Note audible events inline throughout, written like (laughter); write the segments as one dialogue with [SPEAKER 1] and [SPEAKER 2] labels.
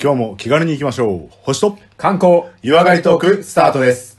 [SPEAKER 1] 今日も気軽に行きましょう。星と
[SPEAKER 2] 観光
[SPEAKER 1] 湯上がりトークスタートです。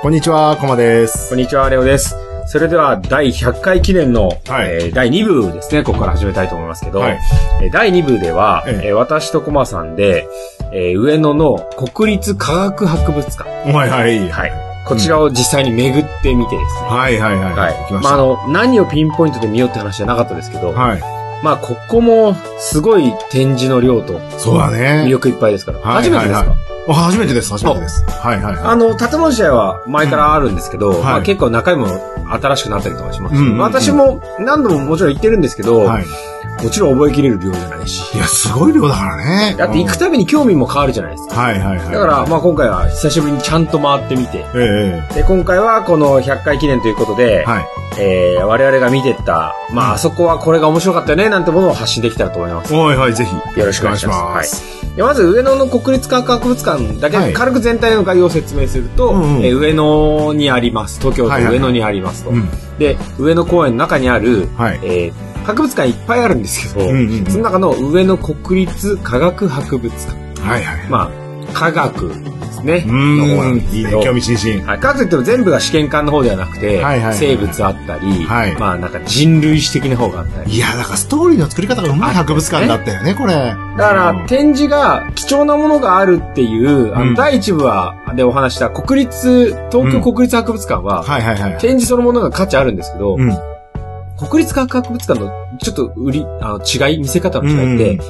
[SPEAKER 1] こんにちは、こまです
[SPEAKER 2] こん。にちはレオですそれでは第100回記念の、
[SPEAKER 1] はい
[SPEAKER 2] えー第2部ですねここから始めたいと思いますけど、
[SPEAKER 1] はい
[SPEAKER 2] えー第2部では、
[SPEAKER 1] ええ
[SPEAKER 2] えー私とコマさんで、えー上野の国立科学博物館、
[SPEAKER 1] はいはい。
[SPEAKER 2] はい、こちらを実際に巡ってみてですね、
[SPEAKER 1] はいはいはい。
[SPEAKER 2] はい
[SPEAKER 1] 行きまし
[SPEAKER 2] まあ、
[SPEAKER 1] た。
[SPEAKER 2] あの、何をピンポイントで見ようって話じゃなかったですけど、
[SPEAKER 1] はい。
[SPEAKER 2] まあ、ここも、すごい展示の量と、
[SPEAKER 1] そうだね。
[SPEAKER 2] 魅力いっぱいですから。
[SPEAKER 1] はい
[SPEAKER 2] 初めてですか、
[SPEAKER 1] はいはあ初めてです、初めてです。はいはいはい。
[SPEAKER 2] あの、建物自体は前からあるんですけど、ま
[SPEAKER 1] は
[SPEAKER 2] あ、
[SPEAKER 1] い
[SPEAKER 2] 結構中身も新しくなったりとかしますし、
[SPEAKER 1] うんうんうん
[SPEAKER 2] まあ私も何度ももちろん行ってるんですけど、
[SPEAKER 1] はい。
[SPEAKER 2] もちろん覚えきれる量じゃないし。
[SPEAKER 1] いや、すごい量だからね。
[SPEAKER 2] だって行くたびに興味も変わるじゃないですか。
[SPEAKER 1] はいはいはい。
[SPEAKER 2] だから、、まあ今回は久しぶりにちゃんと回ってみて、
[SPEAKER 1] ええ
[SPEAKER 2] で、今回はこの100回記念ということで、
[SPEAKER 1] はい。
[SPEAKER 2] えー、我々が見てった、まああそこはこれが面白かったよね、なんてものを発信できたらと思います。
[SPEAKER 1] はいはい、ぜひ。
[SPEAKER 2] よろしくお願いします
[SPEAKER 1] お願いします
[SPEAKER 2] でまず上野の国立科学博物館だけ、
[SPEAKER 1] はい
[SPEAKER 2] 軽く全体の概要を説明すると、
[SPEAKER 1] うんうん
[SPEAKER 2] えー上野にあります東京都上野にありますと、
[SPEAKER 1] うん。
[SPEAKER 2] で上野公園の中にある、
[SPEAKER 1] はい。
[SPEAKER 2] えー博物館いっぱいあるんですけど、
[SPEAKER 1] うんうん
[SPEAKER 2] その中の上野国立科学博物館
[SPEAKER 1] はいはい。
[SPEAKER 2] まあ科学ですね
[SPEAKER 1] う
[SPEAKER 2] の方なん
[SPEAKER 1] ー
[SPEAKER 2] です
[SPEAKER 1] ん。いいね、
[SPEAKER 2] けど
[SPEAKER 1] 興味津々。
[SPEAKER 2] はい、科学といっても全部が試験管の方ではなくて、
[SPEAKER 1] はいはいはい
[SPEAKER 2] 生物あったり、
[SPEAKER 1] はい
[SPEAKER 2] まあなんか人類史的な方があったり。
[SPEAKER 1] いや、だからストーリーの作り方がうまい博物館だったよね、これ。だ
[SPEAKER 2] だから、展示が貴重なものがあるっていう、あ
[SPEAKER 1] うん
[SPEAKER 2] の、第一部は、でお話した国立、東京国立博物館は、
[SPEAKER 1] はいはいはい。
[SPEAKER 2] 展示そのものが価値あるんですけど、
[SPEAKER 1] うん。
[SPEAKER 2] 国立科学博物館のちょっと売り、あの、違い、見せ方の違いって、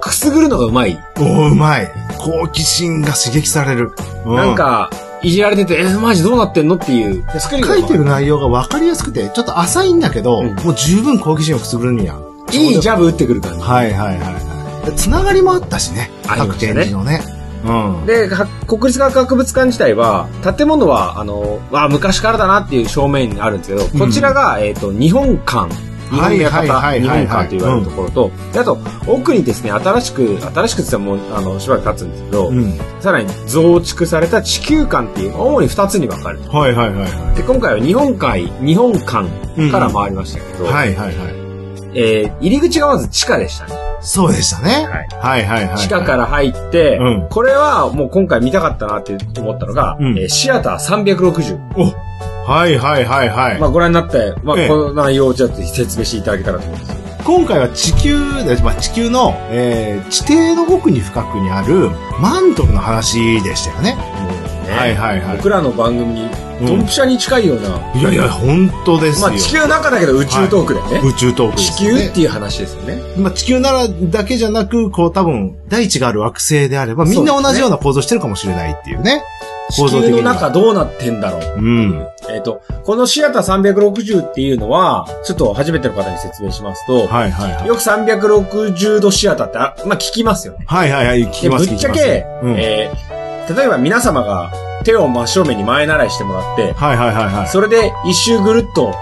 [SPEAKER 2] くすぐるのがうまい。
[SPEAKER 1] おーうまい。好奇心が刺激される。う
[SPEAKER 2] なん、か、いじられてて、えマジどうなってんのっていう。作りが
[SPEAKER 1] 書いてる内容が分かりやすくて、ちょっと浅いんだけど、
[SPEAKER 2] うん
[SPEAKER 1] もう十分好奇心をくすぐるには。
[SPEAKER 2] いいジャブ打ってくる感じ。
[SPEAKER 1] はいはいはいはい。つながりもあったしね。
[SPEAKER 2] ありま
[SPEAKER 1] 各
[SPEAKER 2] した
[SPEAKER 1] 展
[SPEAKER 2] ね
[SPEAKER 1] 示のね。うん。
[SPEAKER 2] で、は国立科学博物館自体は、建物は、あの、わあ昔からだなっていう正面にあるんですけど、こちらが、えっ、と、日本館。日
[SPEAKER 1] は
[SPEAKER 2] 本
[SPEAKER 1] い
[SPEAKER 2] 館、
[SPEAKER 1] はいはい
[SPEAKER 2] 日
[SPEAKER 1] はい
[SPEAKER 2] 本
[SPEAKER 1] はい
[SPEAKER 2] 館と言われるところと、であと、奥にですね、新しく、新しくって言ってももう、あの、しばらく経つんですけど、
[SPEAKER 1] うん。
[SPEAKER 2] さらに増築された地球館っていう、主に二つに分かれる。
[SPEAKER 1] はいはいはいは
[SPEAKER 2] で、今回は日本海、日本館
[SPEAKER 1] うん
[SPEAKER 2] から回りましたけど、
[SPEAKER 1] い。はいはいはい。
[SPEAKER 2] えー入り口がまず地下でしたね。
[SPEAKER 1] そうでしたね。
[SPEAKER 2] は
[SPEAKER 1] はい
[SPEAKER 2] い
[SPEAKER 1] はいはい。
[SPEAKER 2] 地下から入って、
[SPEAKER 1] うん
[SPEAKER 2] これはもう今回見たかったなって思ったのが、
[SPEAKER 1] うん
[SPEAKER 2] えーシアター360。
[SPEAKER 1] おはいはいはいはい。
[SPEAKER 2] まあご覧になって、まあ
[SPEAKER 1] ええ
[SPEAKER 2] この内容をちょっと説明していただけたらと思います。
[SPEAKER 1] 今回は地球で、まあ、地球の、えー地底の奥に深くにあるマントルの話でしたよね。はいはいはい
[SPEAKER 2] 僕らの番組に、ドンピシャに近いような、
[SPEAKER 1] いやいや、本当です
[SPEAKER 2] ま
[SPEAKER 1] よ。
[SPEAKER 2] あ地球の中だけど宇宙トークだよね。
[SPEAKER 1] 宇宙トークで
[SPEAKER 2] 地
[SPEAKER 1] す
[SPEAKER 2] 球
[SPEAKER 1] よね、
[SPEAKER 2] っていう話ですよね。
[SPEAKER 1] まあ、地球ならだけじゃなく、こう多分、大地がある惑星であれば、みんな
[SPEAKER 2] そうです
[SPEAKER 1] 同
[SPEAKER 2] ね
[SPEAKER 1] じような構造してるかもしれないっていうね。構
[SPEAKER 2] 地
[SPEAKER 1] 造的
[SPEAKER 2] 球
[SPEAKER 1] に
[SPEAKER 2] の
[SPEAKER 1] は
[SPEAKER 2] 中どうなってんだろう。
[SPEAKER 1] うん。
[SPEAKER 2] えっ、と、このシアター360っていうのは、ちょっと初めての方に説明しますと、
[SPEAKER 1] はいはいはい。
[SPEAKER 2] よく360度シアターってあ、まあ聞きますよね。
[SPEAKER 1] はいはいはい、聞き
[SPEAKER 2] で
[SPEAKER 1] ます
[SPEAKER 2] ぶっちゃ
[SPEAKER 1] 聞きます
[SPEAKER 2] け、
[SPEAKER 1] うん
[SPEAKER 2] えー例えば皆様が手を真正面に前習いしてもらって、
[SPEAKER 1] はいはいはいはい。
[SPEAKER 2] それで一周ぐるっと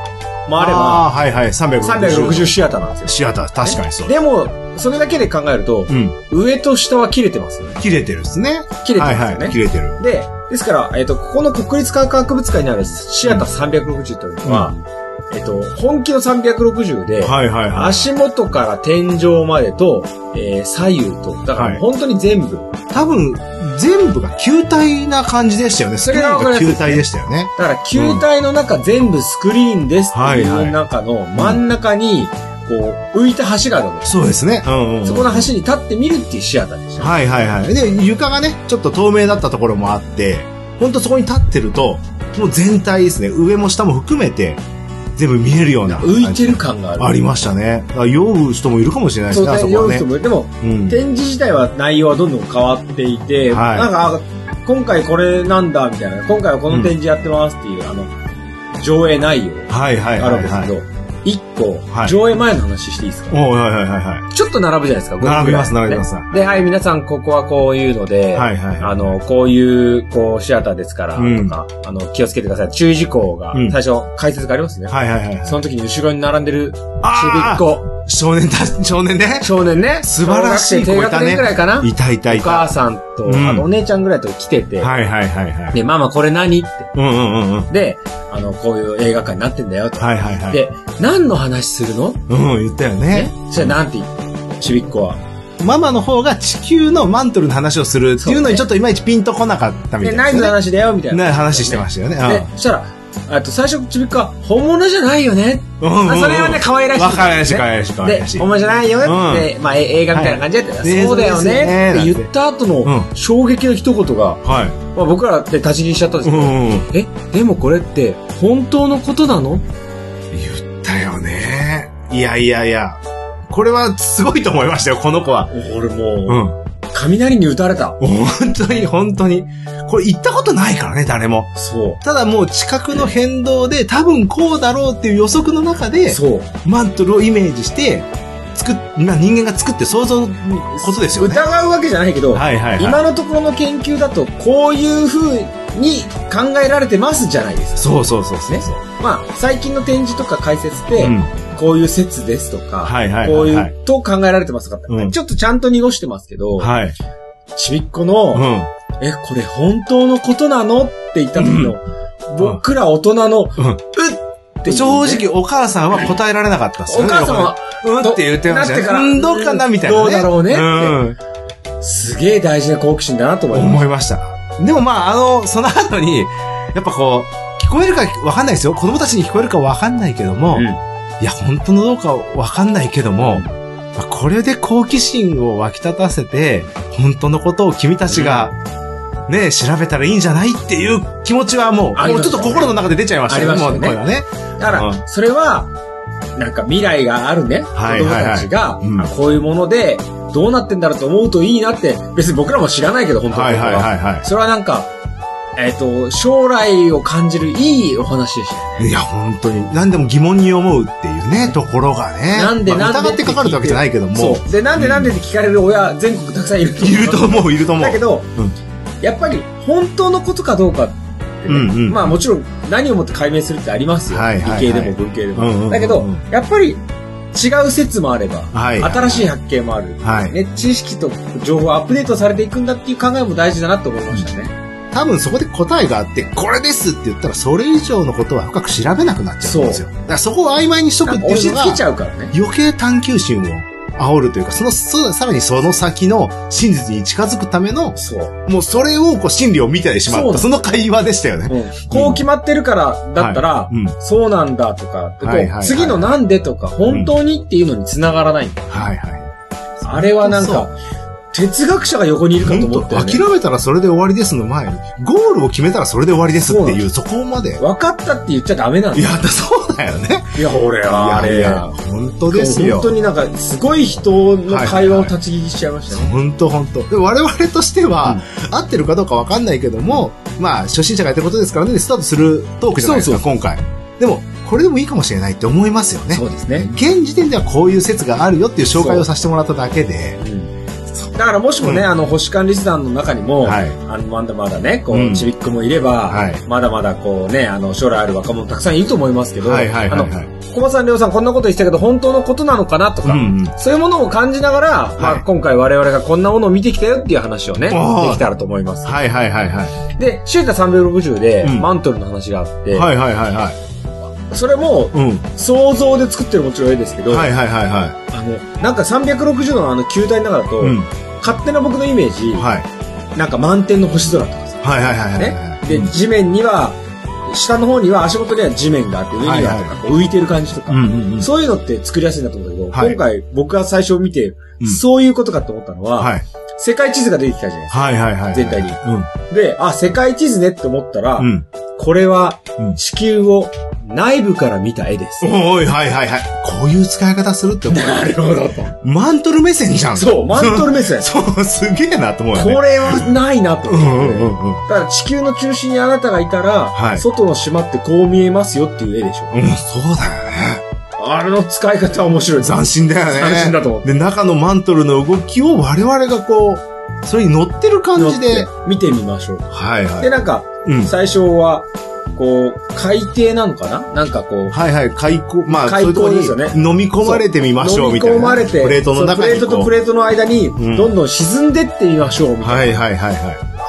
[SPEAKER 2] 回れば、
[SPEAKER 1] あー、はいはい、360。
[SPEAKER 2] 360シアターなんです
[SPEAKER 1] シアター、確かにそ
[SPEAKER 2] よ。
[SPEAKER 1] う。
[SPEAKER 2] でも、それだけで考えると、
[SPEAKER 1] うん。
[SPEAKER 2] 上と下は切れてますよね。
[SPEAKER 1] 切れてるですね。
[SPEAKER 2] 切れてますよね。
[SPEAKER 1] はいはい、切れてる。
[SPEAKER 2] で、ですから、えっ、と、ここの国立科学博物館にあるシアター360というのは、えっ、と、本気の360で、
[SPEAKER 1] はいはいはい。
[SPEAKER 2] 足元から天井までと、えー左右と、だか
[SPEAKER 1] は
[SPEAKER 2] ら
[SPEAKER 1] い
[SPEAKER 2] 本当に全部、
[SPEAKER 1] 多分、全部が球体な感じでしたよね。
[SPEAKER 2] そ
[SPEAKER 1] ス
[SPEAKER 2] れ
[SPEAKER 1] クリ
[SPEAKER 2] が
[SPEAKER 1] ー
[SPEAKER 2] 分
[SPEAKER 1] ン
[SPEAKER 2] かり
[SPEAKER 1] が
[SPEAKER 2] やす
[SPEAKER 1] 球
[SPEAKER 2] い
[SPEAKER 1] 体でしたよね。
[SPEAKER 2] だから球体の中全部スクリーンですってい
[SPEAKER 1] はいは
[SPEAKER 2] う
[SPEAKER 1] い
[SPEAKER 2] 中の真ん中に、こう、浮いた橋があるわけです。
[SPEAKER 1] そうですね。うんうんうん
[SPEAKER 2] そこの橋に立ってみるっていうシアターでした。
[SPEAKER 1] はいはいはい。で、床がね、ちょっと透明だったところもあって、ほんとそこに立ってると、もう全体ですね、上も下も含めて、全部見えるような。
[SPEAKER 2] 浮いてる感がある。
[SPEAKER 1] ありましたね。だから酔う人もいるかもしれないです
[SPEAKER 2] そう
[SPEAKER 1] ね、あそ
[SPEAKER 2] ね、
[SPEAKER 1] こはね
[SPEAKER 2] 用途。も。でも、
[SPEAKER 1] うん。
[SPEAKER 2] 展示自体は内容はどんどん変わっていて、
[SPEAKER 1] はい
[SPEAKER 2] なんか、あ今回これなんだ、みたいな、今回はこの展示やってますっていう、あの、上映内容
[SPEAKER 1] はいはい
[SPEAKER 2] あ
[SPEAKER 1] は
[SPEAKER 2] るん
[SPEAKER 1] い
[SPEAKER 2] です
[SPEAKER 1] は
[SPEAKER 2] け
[SPEAKER 1] い。
[SPEAKER 2] ど、一個
[SPEAKER 1] は、い
[SPEAKER 2] 上映前の話していいですか、
[SPEAKER 1] おうはいはいはいは
[SPEAKER 2] ちょっと並ぶじゃないですか、5
[SPEAKER 1] い。
[SPEAKER 2] 分
[SPEAKER 1] 並
[SPEAKER 2] ぐ
[SPEAKER 1] び
[SPEAKER 2] らい
[SPEAKER 1] ます、並びます。は
[SPEAKER 2] で、はい、皆さん、ここはこういうので、
[SPEAKER 1] いはいは
[SPEAKER 2] あの、こういう、こう、シアターですから、
[SPEAKER 1] うん
[SPEAKER 2] とか、あの、気をつけてください。注意事項が、
[SPEAKER 1] うん
[SPEAKER 2] 最初、解説がありますね
[SPEAKER 1] い。。はいはいはい。
[SPEAKER 2] その時に後ろに並んでる、ちびっ
[SPEAKER 1] あー
[SPEAKER 2] こ、
[SPEAKER 1] 少年た、少年ね。
[SPEAKER 2] 少年ね。
[SPEAKER 1] 素晴らしい
[SPEAKER 2] 小
[SPEAKER 1] 子いた
[SPEAKER 2] 学生低学
[SPEAKER 1] ね
[SPEAKER 2] 年ぐらいかな。
[SPEAKER 1] いたいたい
[SPEAKER 2] お
[SPEAKER 1] た。
[SPEAKER 2] 母さんと、
[SPEAKER 1] うん
[SPEAKER 2] あのお姉ちゃんぐらいと来てて、
[SPEAKER 1] はいはいはいはい。
[SPEAKER 2] で、ママこれ何って。
[SPEAKER 1] うんうんうんうん。
[SPEAKER 2] で、あの、こういう映画館になってんだよと。
[SPEAKER 1] はいはいはい。
[SPEAKER 2] で、何の話するのね。
[SPEAKER 1] うん、言ったよね。
[SPEAKER 2] そしたらなんて言うちびっこは。
[SPEAKER 1] ママの方が地球のマントルの話をするっていうのにちょっといまいちピンとこなかったみた
[SPEAKER 2] で、
[SPEAKER 1] いな
[SPEAKER 2] ナイ
[SPEAKER 1] です
[SPEAKER 2] フ
[SPEAKER 1] ね、
[SPEAKER 2] の話だよ、みたいな。
[SPEAKER 1] な話してましたよね。
[SPEAKER 2] で、そしたら、あと最初ちびっこは、本物じゃないよね。
[SPEAKER 1] うんうんうん
[SPEAKER 2] あそれはね、可愛らしい。
[SPEAKER 1] わかりやしい、可愛らしい、可愛
[SPEAKER 2] で
[SPEAKER 1] らし、い。
[SPEAKER 2] 本物じゃないよ
[SPEAKER 1] うん
[SPEAKER 2] ね。で、まあ、え映画みたいな感じだった
[SPEAKER 1] は
[SPEAKER 2] よ
[SPEAKER 1] い
[SPEAKER 2] そうだよね。っ
[SPEAKER 1] 映像ですよね
[SPEAKER 2] て言った後の
[SPEAKER 1] う
[SPEAKER 2] 衝撃の一言が、
[SPEAKER 1] は
[SPEAKER 2] まあ僕らで立ち聞きしちゃったんで
[SPEAKER 1] い。う
[SPEAKER 2] すけど、
[SPEAKER 1] んうん。
[SPEAKER 2] え、でもこれって本当のことなの
[SPEAKER 1] 言ったよね。いやいやいや。これはすごいと思いましたよ、この子は。
[SPEAKER 2] 俺
[SPEAKER 1] う
[SPEAKER 2] も
[SPEAKER 1] ん。
[SPEAKER 2] う、雷に打たれた。
[SPEAKER 1] 本当に、本当に。これ行ったことないからね、誰も。
[SPEAKER 2] そ
[SPEAKER 1] ただもう地殻の変動で多分こうだろうっていう予測の中
[SPEAKER 2] う。
[SPEAKER 1] で、
[SPEAKER 2] そう。
[SPEAKER 1] マントルをイメージして、作っ、まあ人間が作って想像のことですよね。
[SPEAKER 2] 疑うわけじゃないけど、
[SPEAKER 1] はいはいはい。
[SPEAKER 2] 今のところの研究だと、こういう風に考えられてますじゃないですか。
[SPEAKER 1] そうそうそうそう。
[SPEAKER 2] ねまあ、最近の展示とか解説って、
[SPEAKER 1] うん。
[SPEAKER 2] こういう説ですとか、
[SPEAKER 1] はいはいはいはい
[SPEAKER 2] こういうと考えられてますとか、
[SPEAKER 1] うん
[SPEAKER 2] ちょっとちゃんと濁してますけど、
[SPEAKER 1] はい。
[SPEAKER 2] ちびっこの、
[SPEAKER 1] うん。
[SPEAKER 2] え、これ本当のことなのって言った時の、僕ら大人の、うっ
[SPEAKER 1] うん
[SPEAKER 2] っていうね
[SPEAKER 1] 正直、お母さんは答えられなかったっすよ
[SPEAKER 2] お
[SPEAKER 1] ね。
[SPEAKER 2] 母さんは、
[SPEAKER 1] うんって言ってましたね。
[SPEAKER 2] なってから
[SPEAKER 1] うん、どうかなみたいな、ね。
[SPEAKER 2] どうだろうねって
[SPEAKER 1] うん。
[SPEAKER 2] すげえ大事な好奇心だなと思います。
[SPEAKER 1] 思いました。でもまあ、あの、その後に、やっぱこう、聞こえるかわかんないですよ。子供たちに聞こえるかわかんないけども、
[SPEAKER 2] うん
[SPEAKER 1] いや、本当のどうかわかんないけども、まあこれで好奇心を湧き立たせて、本当のことを君たちが、ね、調べたらいいんじゃないっていう気持ちはもう、
[SPEAKER 2] あり
[SPEAKER 1] もう
[SPEAKER 2] まし
[SPEAKER 1] ちょ
[SPEAKER 2] た
[SPEAKER 1] っ
[SPEAKER 2] ね
[SPEAKER 1] と心の中で出ちゃいました
[SPEAKER 2] ありました
[SPEAKER 1] も
[SPEAKER 2] ね
[SPEAKER 1] うこれはね。
[SPEAKER 2] だか
[SPEAKER 1] う
[SPEAKER 2] ら、それは、なんか未来があるね、子
[SPEAKER 1] はい
[SPEAKER 2] 供
[SPEAKER 1] はいはい
[SPEAKER 2] たちが
[SPEAKER 1] うん、
[SPEAKER 2] こういうもので、どうなってんだろうと思うといいなって、別に僕らも知らないけど、本当のこと
[SPEAKER 1] いは
[SPEAKER 2] それはなんか、えっ、と、将来を感じるいいお話でしたよね。
[SPEAKER 1] いや、本当に。何でも疑問に思うっていうね、ところがね。
[SPEAKER 2] なんで
[SPEAKER 1] まあ
[SPEAKER 2] なんで
[SPEAKER 1] 疑ってかかるわけじゃないけども。
[SPEAKER 2] そう。で、なんでなんでって聞かれる親、全国たくさんいると思う
[SPEAKER 1] いると思う、いると思う
[SPEAKER 2] だけ。ど、
[SPEAKER 1] うん
[SPEAKER 2] やっぱり本当のことかどうかってね、
[SPEAKER 1] (laughs) うんうん
[SPEAKER 2] まあもちろん何をもって解明するってありますよ。
[SPEAKER 1] はいはいはい
[SPEAKER 2] 理系でも文系でも。
[SPEAKER 1] うんうんうん
[SPEAKER 2] だけど、やっぱり違う説もあれば、
[SPEAKER 1] はい。
[SPEAKER 2] 新しい発見もある、
[SPEAKER 1] はい
[SPEAKER 2] ね。知識と情報がアップデートされていくんだっていう考えも大事だなと思いましたね。
[SPEAKER 1] 多分そこで答えがあって、これですって言ったら、それ以上のことは深く調べなくなっちゃうんですよ。だからそこを曖昧にしとくって
[SPEAKER 2] なんか
[SPEAKER 1] いう
[SPEAKER 2] 押し
[SPEAKER 1] の
[SPEAKER 2] 付
[SPEAKER 1] が
[SPEAKER 2] け、ちゃうからね。
[SPEAKER 1] 余計探求心を煽るというか、その、そさらにその先の真実に近づくための、
[SPEAKER 2] そう。
[SPEAKER 1] もうそれをこう真理を見てしまっ
[SPEAKER 2] そう
[SPEAKER 1] た、
[SPEAKER 2] だ
[SPEAKER 1] その会話でしたよね。
[SPEAKER 2] うんこう決まってるからだったら、
[SPEAKER 1] はいうん。
[SPEAKER 2] そうなんだとか、こう
[SPEAKER 1] はいはいはい
[SPEAKER 2] 次のなんでとか、本当にっていうのに繋がらないんだ。
[SPEAKER 1] はいはい。
[SPEAKER 2] あれはなん
[SPEAKER 1] そ
[SPEAKER 2] か、哲学者が横にいるかと思って、
[SPEAKER 1] 本当諦めたらそれで終わりですの前に、ゴールを決めたらそれで終わりですっていう、そこまで。
[SPEAKER 2] 分かったって言っちゃダメなんだ
[SPEAKER 1] いや、だそうだよね。
[SPEAKER 2] いや、俺
[SPEAKER 1] いやいや、本当ですよ
[SPEAKER 2] 本。当になんか、すごい人の会話を立ち聞きしちゃいましたね。
[SPEAKER 1] 本当本当。で、我々としては、合ってるかどうかわかんないけども、まあ、初心者がやってることですからね、スタートするトークじゃないですか、
[SPEAKER 2] そう
[SPEAKER 1] 今回。でも、これでもいいかもしれないって思いますよね。
[SPEAKER 2] そうですね。
[SPEAKER 1] 現時点ではこういう説があるよっていう紹介をさせてもらっただけで。
[SPEAKER 2] だからもしもね、
[SPEAKER 1] うん
[SPEAKER 2] あの、星間リスナーの中にも、
[SPEAKER 1] はい
[SPEAKER 2] あの、まだまだね、こ
[SPEAKER 1] うん
[SPEAKER 2] う、ちびっこもいれば、
[SPEAKER 1] はい
[SPEAKER 2] まだまだこうね、あの、将来ある若者たくさんいると思いますけど、
[SPEAKER 1] はいはいはいはい
[SPEAKER 2] あの、小松さん、りょうさん、こんなこと言ってたけど、本当のことなのかなとか、
[SPEAKER 1] うんうん
[SPEAKER 2] そういうものを感じながら、ま
[SPEAKER 1] は
[SPEAKER 2] あ、
[SPEAKER 1] い
[SPEAKER 2] 今回我々がこんなものを見てきたよっていう話をね、で
[SPEAKER 1] おー
[SPEAKER 2] きたらと思います。
[SPEAKER 1] はいはいはいはい。
[SPEAKER 2] で、シュータ360で、
[SPEAKER 1] うん
[SPEAKER 2] マントルの話があって、
[SPEAKER 1] はいはいはいはい。
[SPEAKER 2] それも、
[SPEAKER 1] うん。
[SPEAKER 2] 想像で作ってるもちろん絵ですけど、
[SPEAKER 1] はいはいはいはい。
[SPEAKER 2] あの、なんか360のあの球体の中だと、
[SPEAKER 1] うん。
[SPEAKER 2] 勝手な僕のイメージ、
[SPEAKER 1] はい。
[SPEAKER 2] なんか満天の星空とかさ、
[SPEAKER 1] はいはいはいはい
[SPEAKER 2] ね
[SPEAKER 1] は。い。
[SPEAKER 2] で、地面には、下の方には、足元には地面があって、上には
[SPEAKER 1] はい
[SPEAKER 2] と
[SPEAKER 1] は
[SPEAKER 2] か
[SPEAKER 1] い
[SPEAKER 2] こう浮いてる感じとか、
[SPEAKER 1] うんうんうん。
[SPEAKER 2] そういうのって作りやすいなと思うんだけど、
[SPEAKER 1] はい
[SPEAKER 2] 今回僕が最初見て、
[SPEAKER 1] うん
[SPEAKER 2] そういうことかと思ったのは、
[SPEAKER 1] はい。
[SPEAKER 2] 世界地図が出てきたじゃないです
[SPEAKER 1] はいはいはいはい。
[SPEAKER 2] 全体に
[SPEAKER 1] うん。
[SPEAKER 2] か。で、あ、世界地図ねって思ったら、
[SPEAKER 1] うん。
[SPEAKER 2] これは
[SPEAKER 1] うん
[SPEAKER 2] 地球を内部から見た絵です。
[SPEAKER 1] おい、はいはいはい。こういう使い方するって思う。
[SPEAKER 2] なるほどと。
[SPEAKER 1] マントル目線じゃん。
[SPEAKER 2] そう、マントル目
[SPEAKER 1] (laughs)
[SPEAKER 2] 線。
[SPEAKER 1] そう、すげえなと思うよね。
[SPEAKER 2] これはないなと
[SPEAKER 1] う
[SPEAKER 2] 思っ
[SPEAKER 1] ん
[SPEAKER 2] て。
[SPEAKER 1] うんうんうん。
[SPEAKER 2] だから地球の中心にあなたがいたら、
[SPEAKER 1] はい
[SPEAKER 2] 外の島ってこう見えますよっていう絵でしょ。
[SPEAKER 1] うん、そうだよね。
[SPEAKER 2] あれの使い方は面白い。
[SPEAKER 1] 斬新だよね。
[SPEAKER 2] 斬新だと思って。
[SPEAKER 1] で、中のマントルの動きを我々がこう、それに乗ってる感じで。
[SPEAKER 2] 見てみましょう。
[SPEAKER 1] はいは
[SPEAKER 2] で、
[SPEAKER 1] い。
[SPEAKER 2] なんか、
[SPEAKER 1] うん。
[SPEAKER 2] 最初は、こう、海底なんかななんかこう、
[SPEAKER 1] はいはい、開口、まあ、
[SPEAKER 2] 開口
[SPEAKER 1] そういう
[SPEAKER 2] ですよ
[SPEAKER 1] とこ
[SPEAKER 2] ね
[SPEAKER 1] に飲み込まれてみましょうみたいな。
[SPEAKER 2] 飲み込まれて、
[SPEAKER 1] プレートの中にこう。
[SPEAKER 2] そうプレートとプレートの間に
[SPEAKER 1] う、ん
[SPEAKER 2] どんどん沈んでってみましょう、みたいな。
[SPEAKER 1] はいはいはいはい。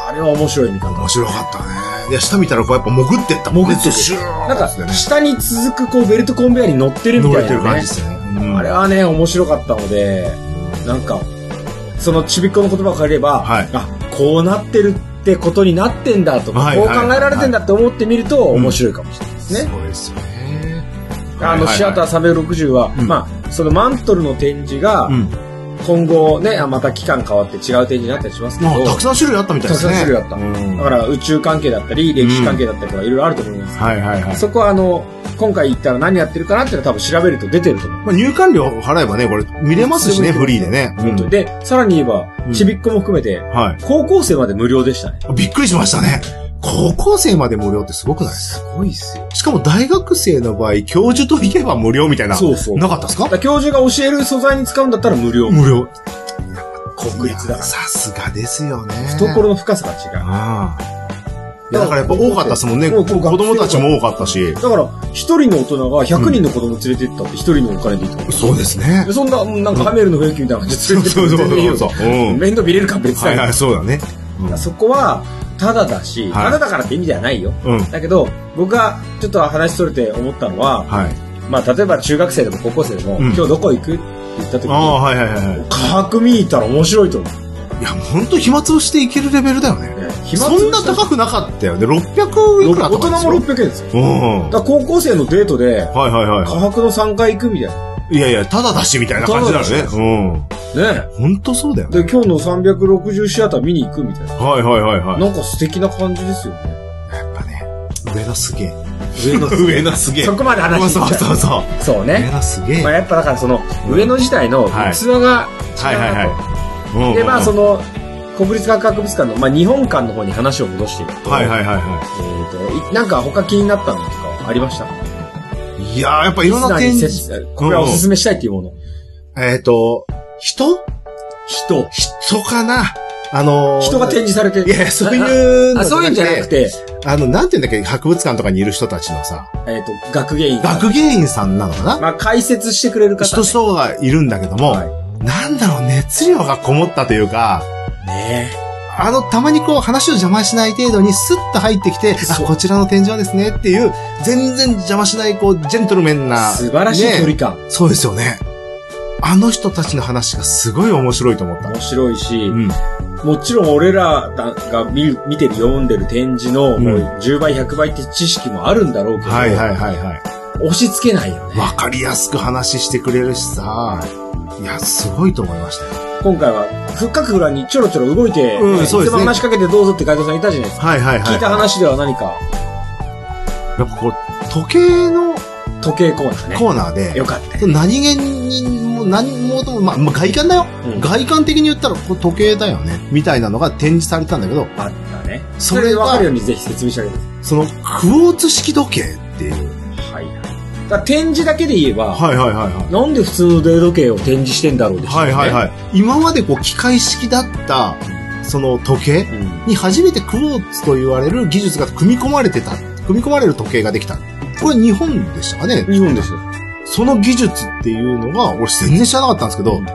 [SPEAKER 2] あれは面白いみたいな。
[SPEAKER 1] 面白かったね。いや、下見たらこうやっぱ潜ってったもんね。
[SPEAKER 2] 潜ってって
[SPEAKER 1] シュー
[SPEAKER 2] なん
[SPEAKER 1] ってね
[SPEAKER 2] か、下に続くこうベルトコンベアに乗ってるみ
[SPEAKER 1] 乗
[SPEAKER 2] たい
[SPEAKER 1] れ
[SPEAKER 2] な、
[SPEAKER 1] て
[SPEAKER 2] ね。
[SPEAKER 1] る感じですよね。うん
[SPEAKER 2] あれはね、面白かったので、なんか、そのちびっこの言葉を借りれば、
[SPEAKER 1] はい
[SPEAKER 2] あ、こうなってるってことになってんだとか、
[SPEAKER 1] はい
[SPEAKER 2] こう
[SPEAKER 1] はい
[SPEAKER 2] 考えられてんだって思ってみると
[SPEAKER 1] うん
[SPEAKER 2] 面白いかもしれないですね。
[SPEAKER 1] すごいですよね。
[SPEAKER 2] あの、シアター
[SPEAKER 1] ー
[SPEAKER 2] 360は、
[SPEAKER 1] うん
[SPEAKER 2] まあ、そのマントルの展示が、
[SPEAKER 1] うん。
[SPEAKER 2] 今後ね、あまた期間変わって違う展示になったりしますけ
[SPEAKER 1] まあ
[SPEAKER 2] ど、
[SPEAKER 1] たくさん種類あったみたいですね。
[SPEAKER 2] たくさん種類あった
[SPEAKER 1] うん
[SPEAKER 2] だから宇宙関係だったり、歴史関係だったりとかいろいろあると思います。
[SPEAKER 1] はいはいはい。
[SPEAKER 2] そこはあの、今回行ったら何やってるかなっていうのは多分調べると出てると思う。
[SPEAKER 1] まあ、入館料払えばね、これ見れますしね、
[SPEAKER 2] いつでも
[SPEAKER 1] フリーでね。
[SPEAKER 2] 本当に
[SPEAKER 1] うん
[SPEAKER 2] で、さらに言えば
[SPEAKER 1] う、ん
[SPEAKER 2] ちびっこも含めて、
[SPEAKER 1] はい。
[SPEAKER 2] 高校生まで無料でしたね。
[SPEAKER 1] びっくりしましたね。高校生まで無料ってすごくないです
[SPEAKER 2] すごいっすよ。
[SPEAKER 1] かしかも大学生の場合、教授といえば無料みたいな。
[SPEAKER 2] そうそう
[SPEAKER 1] なかったですか
[SPEAKER 2] だから教授が教える素材に使うんだったら無料。
[SPEAKER 1] 無料。
[SPEAKER 2] 国立だから。
[SPEAKER 1] さすがですよね。
[SPEAKER 2] 懐の深さが違う。
[SPEAKER 1] ああ。いや、だからやっぱ多かったですもんね。
[SPEAKER 2] もう
[SPEAKER 1] 子
[SPEAKER 2] もう
[SPEAKER 1] 供たちも多かったし。
[SPEAKER 2] だから、一人の大人が100人の子供連れてったって一人のお金でいいと思う。
[SPEAKER 1] そうですね
[SPEAKER 2] で。そんな、うんなんかハメルの雰囲気みたいな感じで
[SPEAKER 1] そう
[SPEAKER 2] 連れて
[SPEAKER 1] そう
[SPEAKER 2] っても
[SPEAKER 1] そう
[SPEAKER 2] 全然いいよ。
[SPEAKER 1] そう。うん。
[SPEAKER 2] 面倒見れるか別
[SPEAKER 1] はい
[SPEAKER 2] だ
[SPEAKER 1] はい、そうだね。
[SPEAKER 2] よそこは、ただだ
[SPEAKER 1] は
[SPEAKER 2] し、
[SPEAKER 1] い
[SPEAKER 2] ただだからって意味ではないよ。
[SPEAKER 1] うん。
[SPEAKER 2] だけど、僕がちょっと話しとれて思ったのは、
[SPEAKER 1] はい。
[SPEAKER 2] まあ、例えば中学生でも高校生でも、
[SPEAKER 1] うん
[SPEAKER 2] 今日どこ行くって言った時
[SPEAKER 1] ああ、
[SPEAKER 2] に、
[SPEAKER 1] はいはいはいはい。
[SPEAKER 2] 科博見に行ったら面白いと思う。
[SPEAKER 1] いや、もうほんと飛沫をしていけるレベルだよね。そんな高くなかったよね。600いくら
[SPEAKER 2] 大
[SPEAKER 1] とかです
[SPEAKER 2] 人
[SPEAKER 1] よ。
[SPEAKER 2] も600円ですよ。
[SPEAKER 1] うん
[SPEAKER 2] だ。から高校生のデートで、
[SPEAKER 1] はいはいはい。
[SPEAKER 2] 科博の3回行くみたいな。
[SPEAKER 1] いやいや、ただだしみたいな感じだよね。
[SPEAKER 2] ね
[SPEAKER 1] うん。ほんとそうだよ
[SPEAKER 2] で
[SPEAKER 1] ね。、
[SPEAKER 2] 今日の360シアター見に行くみたいな。
[SPEAKER 1] はいはいはいはい。
[SPEAKER 2] なんか素敵な感じですよね。
[SPEAKER 1] やっぱね、上野すげえ。
[SPEAKER 2] 上野
[SPEAKER 1] (laughs) 上野すげえ。
[SPEAKER 2] (laughs) そこまで話して
[SPEAKER 1] そう
[SPEAKER 2] きた
[SPEAKER 1] そうそう。
[SPEAKER 2] そう
[SPEAKER 1] 上
[SPEAKER 2] ね。
[SPEAKER 1] 野すげえ。
[SPEAKER 2] ま
[SPEAKER 1] は
[SPEAKER 2] あ、
[SPEAKER 1] い
[SPEAKER 2] やっぱだからその、上野時代
[SPEAKER 1] は
[SPEAKER 2] の器
[SPEAKER 1] い
[SPEAKER 2] が、
[SPEAKER 1] はいはい。うんうんうん
[SPEAKER 2] で、まあその、国立科学博物館の、まあ日本館の方に話を戻していくと、。
[SPEAKER 1] はいはいいはいは
[SPEAKER 2] えーとい、なんか他気になったのとかありました
[SPEAKER 1] い。いやー、やっぱいろんな展
[SPEAKER 2] リ
[SPEAKER 1] 示。
[SPEAKER 2] スナーにせこれはおすすめしたいっていうもの。
[SPEAKER 1] えっと、人
[SPEAKER 2] 人。
[SPEAKER 1] 人かなあのー、
[SPEAKER 2] 人が展示されて
[SPEAKER 1] いやいや、そういうの
[SPEAKER 2] あ、そういうんじゃなく。て、
[SPEAKER 1] あの、なんていうんだっけ、博物館とかにいる人たちのさ、
[SPEAKER 2] えっ、と、学芸員。
[SPEAKER 1] 学芸員さんなのかな
[SPEAKER 2] まあ、解説してくれる方、
[SPEAKER 1] 人
[SPEAKER 2] ね。
[SPEAKER 1] 人がいるんだけども、
[SPEAKER 2] は
[SPEAKER 1] なんだろう、熱量がこもったというか、
[SPEAKER 2] ね
[SPEAKER 1] あの、たまにこう話を邪魔しない程度にスッと入ってきて、あ、
[SPEAKER 2] そう
[SPEAKER 1] こちらの天井ですねっていう、全然邪魔しない、こう、ジェントルメンな。
[SPEAKER 2] 素晴らしい距離
[SPEAKER 1] ね。
[SPEAKER 2] 感。
[SPEAKER 1] そうですよね。あの人たちの話がすごい面白いと思った。
[SPEAKER 2] 面白いし、
[SPEAKER 1] うん。
[SPEAKER 2] もちろん俺らが見る見てる読んでる展示の、
[SPEAKER 1] うん
[SPEAKER 2] もう10倍、100倍って知識もあるんだろうけど、
[SPEAKER 1] はいはいはいはい。
[SPEAKER 2] 押し付けないよね。
[SPEAKER 1] わかりやすく話してくれるしさ、いや、すごいと思いましたよ。
[SPEAKER 2] 今回は、深く裏にちょろちょろ動いて、
[SPEAKER 1] うん
[SPEAKER 2] ね
[SPEAKER 1] そうですね
[SPEAKER 2] いつも話しかけてどうぞってガイドさんいたじゃないですか。
[SPEAKER 1] はいはいはい。
[SPEAKER 2] 聞いた話では何か、
[SPEAKER 1] やっぱこう、時計の
[SPEAKER 2] 時計コーナーね。
[SPEAKER 1] コーナーで、
[SPEAKER 2] よかった。
[SPEAKER 1] 何気にも何もとも、まあ、まあ外観だよ。
[SPEAKER 2] うん
[SPEAKER 1] 外観的に言ったら、こう時計だよね。みたいなのが展示されたんだけど、
[SPEAKER 2] あったね。
[SPEAKER 1] そ
[SPEAKER 2] そ
[SPEAKER 1] れが
[SPEAKER 2] れ分かるようにぜひ説明してあげてく
[SPEAKER 1] その、クォーツ式時計っていう。
[SPEAKER 2] ださい。はいはい。だから展示だけで言えば、
[SPEAKER 1] はいはいはいはい。
[SPEAKER 2] なんで普通の腕時計を展示してんだろうでしょう
[SPEAKER 1] はい
[SPEAKER 2] ね。。
[SPEAKER 1] はいはいい。今までこう、機械式だった、その時計
[SPEAKER 2] うん。
[SPEAKER 1] に初めてクォーツと言われる技術が組み込まれてた。組み込まれる時計ができた。これ日本でしたかね
[SPEAKER 2] 日本ですよ。
[SPEAKER 1] その技術っていうのが、俺全然知らなかったんですけど、
[SPEAKER 2] うん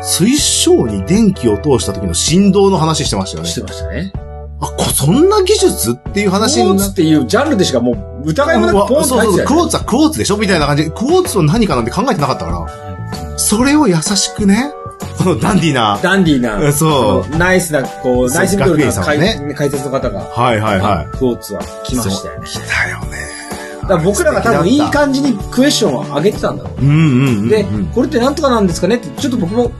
[SPEAKER 1] 水晶に電気を通した時の振動の話してましたよね
[SPEAKER 2] し。てましたね。
[SPEAKER 1] あ、こそんな技術っていう
[SPEAKER 2] ク
[SPEAKER 1] 話
[SPEAKER 2] ォ
[SPEAKER 1] に
[SPEAKER 2] ー
[SPEAKER 1] な
[SPEAKER 2] ツっていうジャンルでしかもう疑いもな
[SPEAKER 1] う
[SPEAKER 2] く
[SPEAKER 1] わ
[SPEAKER 2] ポンと
[SPEAKER 1] そう
[SPEAKER 2] 入
[SPEAKER 1] そ
[SPEAKER 2] っ
[SPEAKER 1] うそう、
[SPEAKER 2] てた
[SPEAKER 1] ク
[SPEAKER 2] よ
[SPEAKER 1] ォーツはクォーツでしょみたいな感じで、クォーツの何かなんて考えてなかったから、それを優しくね、このダンディーな、
[SPEAKER 2] ダンディーな、
[SPEAKER 1] そう
[SPEAKER 2] あのナイスな、こう、
[SPEAKER 1] そう
[SPEAKER 2] ナイスミドル
[SPEAKER 1] 学芸
[SPEAKER 2] な
[SPEAKER 1] 員さん
[SPEAKER 2] 解解説の方が、
[SPEAKER 1] はいはい
[SPEAKER 2] あ
[SPEAKER 1] は
[SPEAKER 2] クォーツは来
[SPEAKER 1] い。
[SPEAKER 2] ましたよね。
[SPEAKER 1] そう来たよね。
[SPEAKER 2] だから僕らが多分いい感じにクエスチョンを上げてたんだろ
[SPEAKER 1] う
[SPEAKER 2] う。
[SPEAKER 1] んうんうんうん。
[SPEAKER 2] で、これってなんとかなんですかねって、ちょっと僕も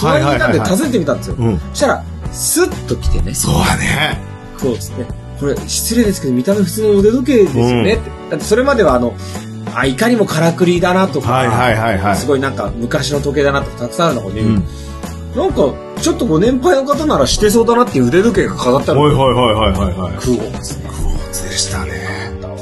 [SPEAKER 2] 隣にいたんで尋ねてみたんですよ。
[SPEAKER 1] うん。
[SPEAKER 2] そしたら、スッと来てね、
[SPEAKER 1] そうだね。
[SPEAKER 2] クォーツって、これ失礼ですけど見た目普通の腕時計ですよねって。だってそれまではあの、あ、いかにもからくりだなとか、
[SPEAKER 1] はいはいはいはい。
[SPEAKER 2] すごいなんか昔の時計だなとかたくさんあるのを見る
[SPEAKER 1] うん。
[SPEAKER 2] なんか、ちょっとご年配の方ならしてそうだなっていう腕時計が飾ってある。
[SPEAKER 1] はいはいはいはいはいはい。
[SPEAKER 2] クオーツね。
[SPEAKER 1] クォーツでしたね。
[SPEAKER 2] だわ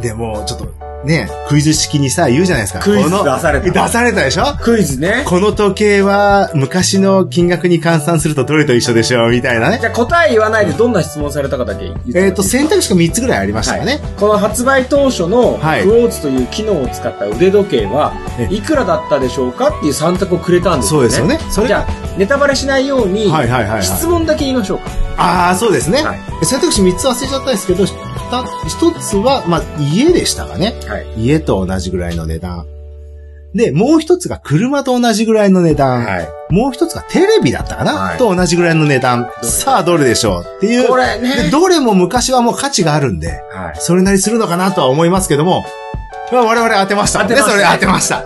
[SPEAKER 1] でも、ちょっと、ね、クイズ式にさ、言うじゃないですか。
[SPEAKER 2] クイズ
[SPEAKER 1] この
[SPEAKER 2] 出された
[SPEAKER 1] 出されたでしょ
[SPEAKER 2] クイズね。
[SPEAKER 1] この時計は昔の金額に換算するとどれと一緒でしょうみたいなね
[SPEAKER 2] じ。ゃあ答え言わないでどんな質問されたかだけ言ってもらっていい
[SPEAKER 1] えっ、と、選択肢が3つぐらいありましたかね。
[SPEAKER 2] この発売当初のク
[SPEAKER 1] はい
[SPEAKER 2] ォーツという機能を使った腕時計は
[SPEAKER 1] え
[SPEAKER 2] いくらだったでしょうかっていう3択をくれたんです
[SPEAKER 1] そう
[SPEAKER 2] よ
[SPEAKER 1] です
[SPEAKER 2] ね。
[SPEAKER 1] よね。それ
[SPEAKER 2] じゃあ、ネタバレしないように、
[SPEAKER 1] はいはいはいはい
[SPEAKER 2] 質問だけ言いましょうか。
[SPEAKER 1] ああ、そうですね。
[SPEAKER 2] は
[SPEAKER 1] 選択肢3つ忘れちゃったんですけど、た一つは、まあ、家でしたかね。
[SPEAKER 2] はい。
[SPEAKER 1] 家と同じぐらいの値段。で、もう一つが車と同じぐらいの値段。
[SPEAKER 2] はい。
[SPEAKER 1] もう一つがテレビだったかな、
[SPEAKER 2] はい
[SPEAKER 1] と同じぐらいの値段。
[SPEAKER 2] れ
[SPEAKER 1] さあ、どれでしょうっていう。
[SPEAKER 2] これね
[SPEAKER 1] でどれも昔はもう価値があるんで、
[SPEAKER 2] はい。
[SPEAKER 1] それなりするのかなとは思いますけども、まあ、我々当てましたもんね。
[SPEAKER 2] 当てました
[SPEAKER 1] それ当てました。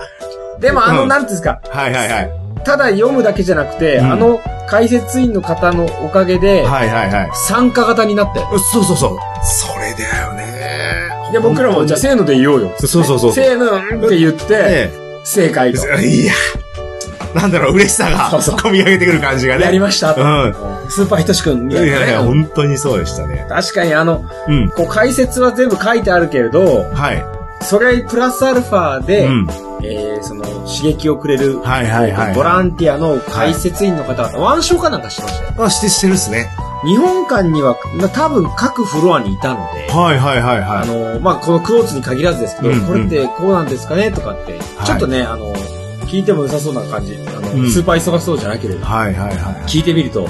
[SPEAKER 2] でもあ
[SPEAKER 1] う
[SPEAKER 2] の、
[SPEAKER 1] ん
[SPEAKER 2] なんていうんですか、
[SPEAKER 1] はいはいはい。
[SPEAKER 2] ただ読むだけじゃなくて、
[SPEAKER 1] うん
[SPEAKER 2] あの解説員の方のおかげで、
[SPEAKER 1] はいはいはい。
[SPEAKER 2] 参加型になったよ。
[SPEAKER 1] そうそうそう。それだよね。
[SPEAKER 2] で、僕らも、じゃあ、せーので言おうよ。
[SPEAKER 1] そうそうそう
[SPEAKER 2] せーのって言って、
[SPEAKER 1] え
[SPEAKER 2] 正解と。
[SPEAKER 1] えいや、なんだろう、嬉しさが、
[SPEAKER 2] そうそう
[SPEAKER 1] 込み上げてくる感じがね。
[SPEAKER 2] やりましたと。
[SPEAKER 1] う
[SPEAKER 2] スーパーひとしくんみ
[SPEAKER 1] い
[SPEAKER 2] た
[SPEAKER 1] や
[SPEAKER 2] い
[SPEAKER 1] い
[SPEAKER 2] なね
[SPEAKER 1] やいや、本当にそうでしたね。
[SPEAKER 2] 確かにあの、
[SPEAKER 1] うん。
[SPEAKER 2] こう解説は全部書いてあるけれど、
[SPEAKER 1] はい。
[SPEAKER 2] それプラスアルファで、
[SPEAKER 1] うん。
[SPEAKER 2] えー、その刺激をくれる、
[SPEAKER 1] はいはいはい。
[SPEAKER 2] ボランティアの解説員の方々、ワンショーかなんかしてましたよ。
[SPEAKER 1] あ、して、してるっすね。
[SPEAKER 2] 日本館には、な多分各フロアにいたので、
[SPEAKER 1] はいはいはい
[SPEAKER 2] あ
[SPEAKER 1] は
[SPEAKER 2] の、まあ、このクローツに限らずですけど、
[SPEAKER 1] うんうん
[SPEAKER 2] これってこうなんですかねとかって、
[SPEAKER 1] い
[SPEAKER 2] ちょっとね、あの、聞いても良さそうな感じ、あの、
[SPEAKER 1] うん
[SPEAKER 2] スーパー忙しそうじゃなけれ
[SPEAKER 1] い。
[SPEAKER 2] ば、
[SPEAKER 1] はいはいはい。
[SPEAKER 2] 聞いてみると、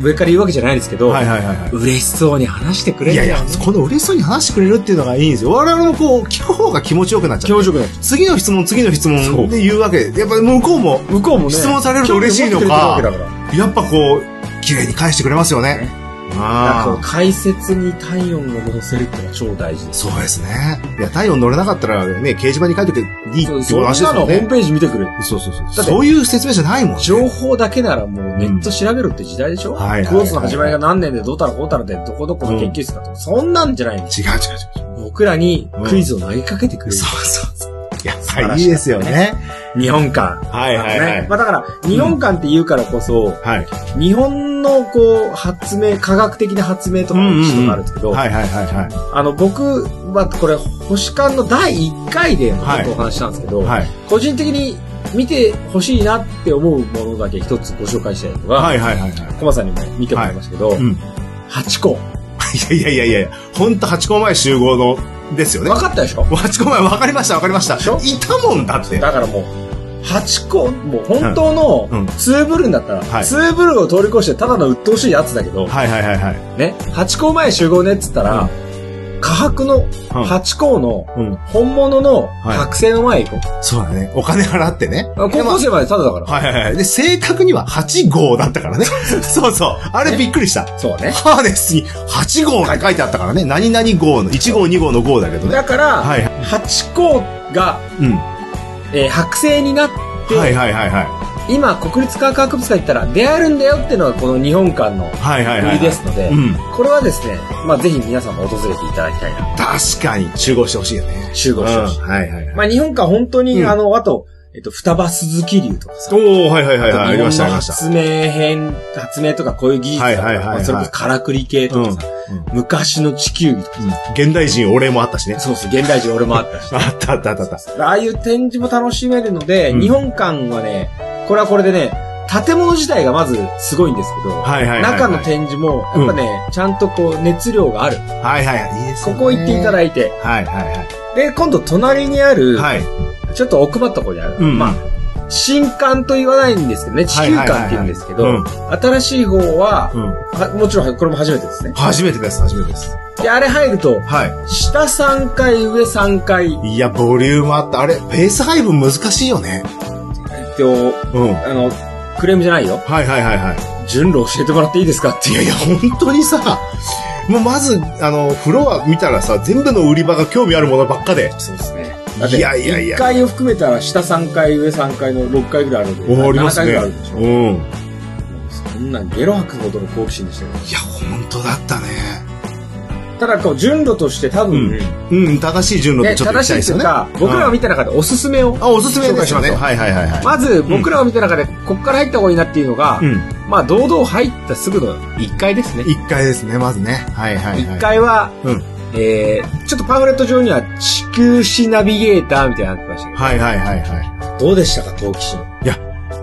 [SPEAKER 2] 上から言うわけじゃないですけど、
[SPEAKER 1] はいはいはいは
[SPEAKER 2] 嬉しそうに話してく
[SPEAKER 1] い。
[SPEAKER 2] れ
[SPEAKER 1] い
[SPEAKER 2] る
[SPEAKER 1] やいや
[SPEAKER 2] んだよね、
[SPEAKER 1] この嬉しそうに話してくれるっていうのがいいんですよ。我々もこう、聞く方が気持ちよくなっちゃう。
[SPEAKER 2] 表情が
[SPEAKER 1] 次の質問、次の質問で言うわけで、やっぱ向こうも、
[SPEAKER 2] 向こうもね、
[SPEAKER 1] 質問されると嬉しいのか
[SPEAKER 2] 興味持ってくれてるわけだから
[SPEAKER 1] やっぱこう、綺麗に返してくれますよね
[SPEAKER 2] ね。だからこ
[SPEAKER 1] あ
[SPEAKER 2] う解説に体温を戻せるってのは超大事で
[SPEAKER 1] あ。
[SPEAKER 2] す。
[SPEAKER 1] そうですね。いや、体温乗れなかったらね、掲示板に書いておけいいっていう
[SPEAKER 2] そんな
[SPEAKER 1] 話ですもん
[SPEAKER 2] のホーム
[SPEAKER 1] ね。
[SPEAKER 2] ページ見てくれ。
[SPEAKER 1] そうそうそう。
[SPEAKER 2] て
[SPEAKER 1] そういう説明じゃないもんね。
[SPEAKER 2] 情報だけならもうネット調べろって時代でしょ、
[SPEAKER 1] うんはいはいはい
[SPEAKER 2] コースの始まりが何年でどうたらこうたらでどこどこの研究室かとか、そんなんじゃないの
[SPEAKER 1] 違う違う違う。
[SPEAKER 2] 僕らにクイズを投げかけてくれる。
[SPEAKER 1] そうそうそう。いや、
[SPEAKER 2] 晴らしい
[SPEAKER 1] いいですよね。
[SPEAKER 2] 日本館。
[SPEAKER 1] はいはいはい。
[SPEAKER 2] まあだから、日本館って言うからこそ、
[SPEAKER 1] はい。
[SPEAKER 2] 日本のこう、発明、科学的な発明とかの一とかあるんですけど、
[SPEAKER 1] はいはいはいは
[SPEAKER 2] あの、僕はこれ、星間の第1回でもちょっとお話ししたんですけど、
[SPEAKER 1] い。はい。
[SPEAKER 2] 個人的に見てほしいなって思うものだけ一つご紹介したいのが、
[SPEAKER 1] はいはいはいは
[SPEAKER 2] コマさんにも見てもらいましたけど、
[SPEAKER 1] い。うん。い
[SPEAKER 2] 8個。
[SPEAKER 1] やいやいやいやいや、ほんと8個前集合の、ですよね
[SPEAKER 2] 分。かったでしょ
[SPEAKER 1] 8個前分かりました分かりました。
[SPEAKER 2] しょ
[SPEAKER 1] いたもんだって。
[SPEAKER 2] だからもう、8個、もう本当
[SPEAKER 1] うんうん
[SPEAKER 2] のツーブルーンだった
[SPEAKER 1] は
[SPEAKER 2] ら、
[SPEAKER 1] い
[SPEAKER 2] ツーブルーンを通り越してただの鬱陶しいやつだけど、
[SPEAKER 1] はいはいはいはい。
[SPEAKER 2] ね、8個前集合ねっつったら、科博の8個の
[SPEAKER 1] うん。うん。
[SPEAKER 2] 本物の
[SPEAKER 1] い
[SPEAKER 2] 学生の前へ行こ
[SPEAKER 1] そうだね。お金払ってね。
[SPEAKER 2] う。あ高校生までただだから。
[SPEAKER 1] はいはいはい。で、正確には8号だったからね。そうそう。あれびっくりした。
[SPEAKER 2] そうね。
[SPEAKER 1] ハーネスに8号って書いてあったからね。何々号の、1号2号の号だけどね。
[SPEAKER 2] だから、
[SPEAKER 1] はいはい。
[SPEAKER 2] 8個が、
[SPEAKER 1] うん。
[SPEAKER 2] えー剥製になっ
[SPEAKER 1] はいはいはいはい。
[SPEAKER 2] 今国立科学博物館行ったら出会えるんだよっていうのがこの日本館の
[SPEAKER 1] はいはいはい、
[SPEAKER 2] 売
[SPEAKER 1] はい。
[SPEAKER 2] りですので、
[SPEAKER 1] うん。
[SPEAKER 2] これはですね、まあ、ぜひ皆さんも訪れていただきたいな、
[SPEAKER 1] 確かに集合してほしいよね。
[SPEAKER 2] 集合してほしい。
[SPEAKER 1] はいはいはい。
[SPEAKER 2] まあ、日本館本当に、
[SPEAKER 1] うん
[SPEAKER 2] あの、あと、えっと、双葉鈴木流とかさ、
[SPEAKER 1] おおはいはいはいはい。あ
[SPEAKER 2] 日
[SPEAKER 1] り
[SPEAKER 2] 本
[SPEAKER 1] ました
[SPEAKER 2] の
[SPEAKER 1] ありました。
[SPEAKER 2] 発明編、発明とかこういう技術とか、
[SPEAKER 1] はいはいはいはい
[SPEAKER 2] まあそれこそからくり系とかさ、
[SPEAKER 1] うんうん
[SPEAKER 2] 昔の地球儀とか、
[SPEAKER 1] 現代人お礼もあったしね。。
[SPEAKER 2] そうそう、現代人俺もあったし
[SPEAKER 1] あったあったあったあった。
[SPEAKER 2] ああいう展示も楽しめるので、
[SPEAKER 1] うん
[SPEAKER 2] 日本館はね、これはこれでね、建物自体がまずすごいんですけど、
[SPEAKER 1] はいはいはいはい。
[SPEAKER 2] 中の展示も、やっぱね、ちゃんとこう、熱量がある。
[SPEAKER 1] はいはいはい。いいです
[SPEAKER 2] こ
[SPEAKER 1] ね
[SPEAKER 2] こ行っていただいて。
[SPEAKER 1] はいはいはい。
[SPEAKER 2] で、今度隣にある、
[SPEAKER 1] はい。
[SPEAKER 2] ちょっと奥まったところにある、
[SPEAKER 1] うん
[SPEAKER 2] まあ、新館と言わないんですけどね、地球館って言うんですけど、
[SPEAKER 1] うん。
[SPEAKER 2] 新しい方は、
[SPEAKER 1] うん。
[SPEAKER 2] はもちろんこれも初めてですね。
[SPEAKER 1] 初めてです、初めてです。
[SPEAKER 2] で、あれ入ると、
[SPEAKER 1] は
[SPEAKER 2] 下3階、上3階、
[SPEAKER 1] い。いや、ボリュームあった。あれ、ペース配分難しいよね。
[SPEAKER 2] と、
[SPEAKER 1] うん。
[SPEAKER 2] あの、クレームじゃないよ。
[SPEAKER 1] はいはいはいは
[SPEAKER 2] 順路教えてもらっていいですかって
[SPEAKER 1] い。い
[SPEAKER 2] い
[SPEAKER 1] やい
[SPEAKER 2] う。
[SPEAKER 1] や、本当にさ、もうまず、あの、フロア見たらさ、全部の売り場が興味あるものばっかで。
[SPEAKER 2] そうですね。
[SPEAKER 1] いやいやいや
[SPEAKER 2] 1階を含めたら下3階、上3階の6階ぐらいあるので、
[SPEAKER 1] おーあります
[SPEAKER 2] 7階ぐ
[SPEAKER 1] ね
[SPEAKER 2] らいあるでしょ。。
[SPEAKER 1] うん。
[SPEAKER 2] そんなんゲロ吐くほどの好奇心でしたよ。
[SPEAKER 1] いや、本当だったね。
[SPEAKER 2] ただこう順路として多分、
[SPEAKER 1] うん
[SPEAKER 2] ね、
[SPEAKER 1] うん、正しい順路でちょっと行きたいで
[SPEAKER 2] 正しい
[SPEAKER 1] す
[SPEAKER 2] とい
[SPEAKER 1] よ
[SPEAKER 2] う
[SPEAKER 1] ね。
[SPEAKER 2] か、僕らを見た中でおすすめを。
[SPEAKER 1] あ、おすすめですよね。
[SPEAKER 2] 紹介しましょう
[SPEAKER 1] はいはいはいはい。
[SPEAKER 2] まず僕らを見た中で、こっから入った方がいいなっていうのが、
[SPEAKER 1] うん。
[SPEAKER 2] まあ堂々入ったすぐの1階ですね。
[SPEAKER 1] 1階ですね、まずね。はいはいはい。
[SPEAKER 2] 1。階は
[SPEAKER 1] うん、
[SPEAKER 2] えー、ちょっとパンフレット上には地球史ナビゲーターみたいになってましたけど、
[SPEAKER 1] はいはいはいはい。
[SPEAKER 2] どうでしたか、好奇心。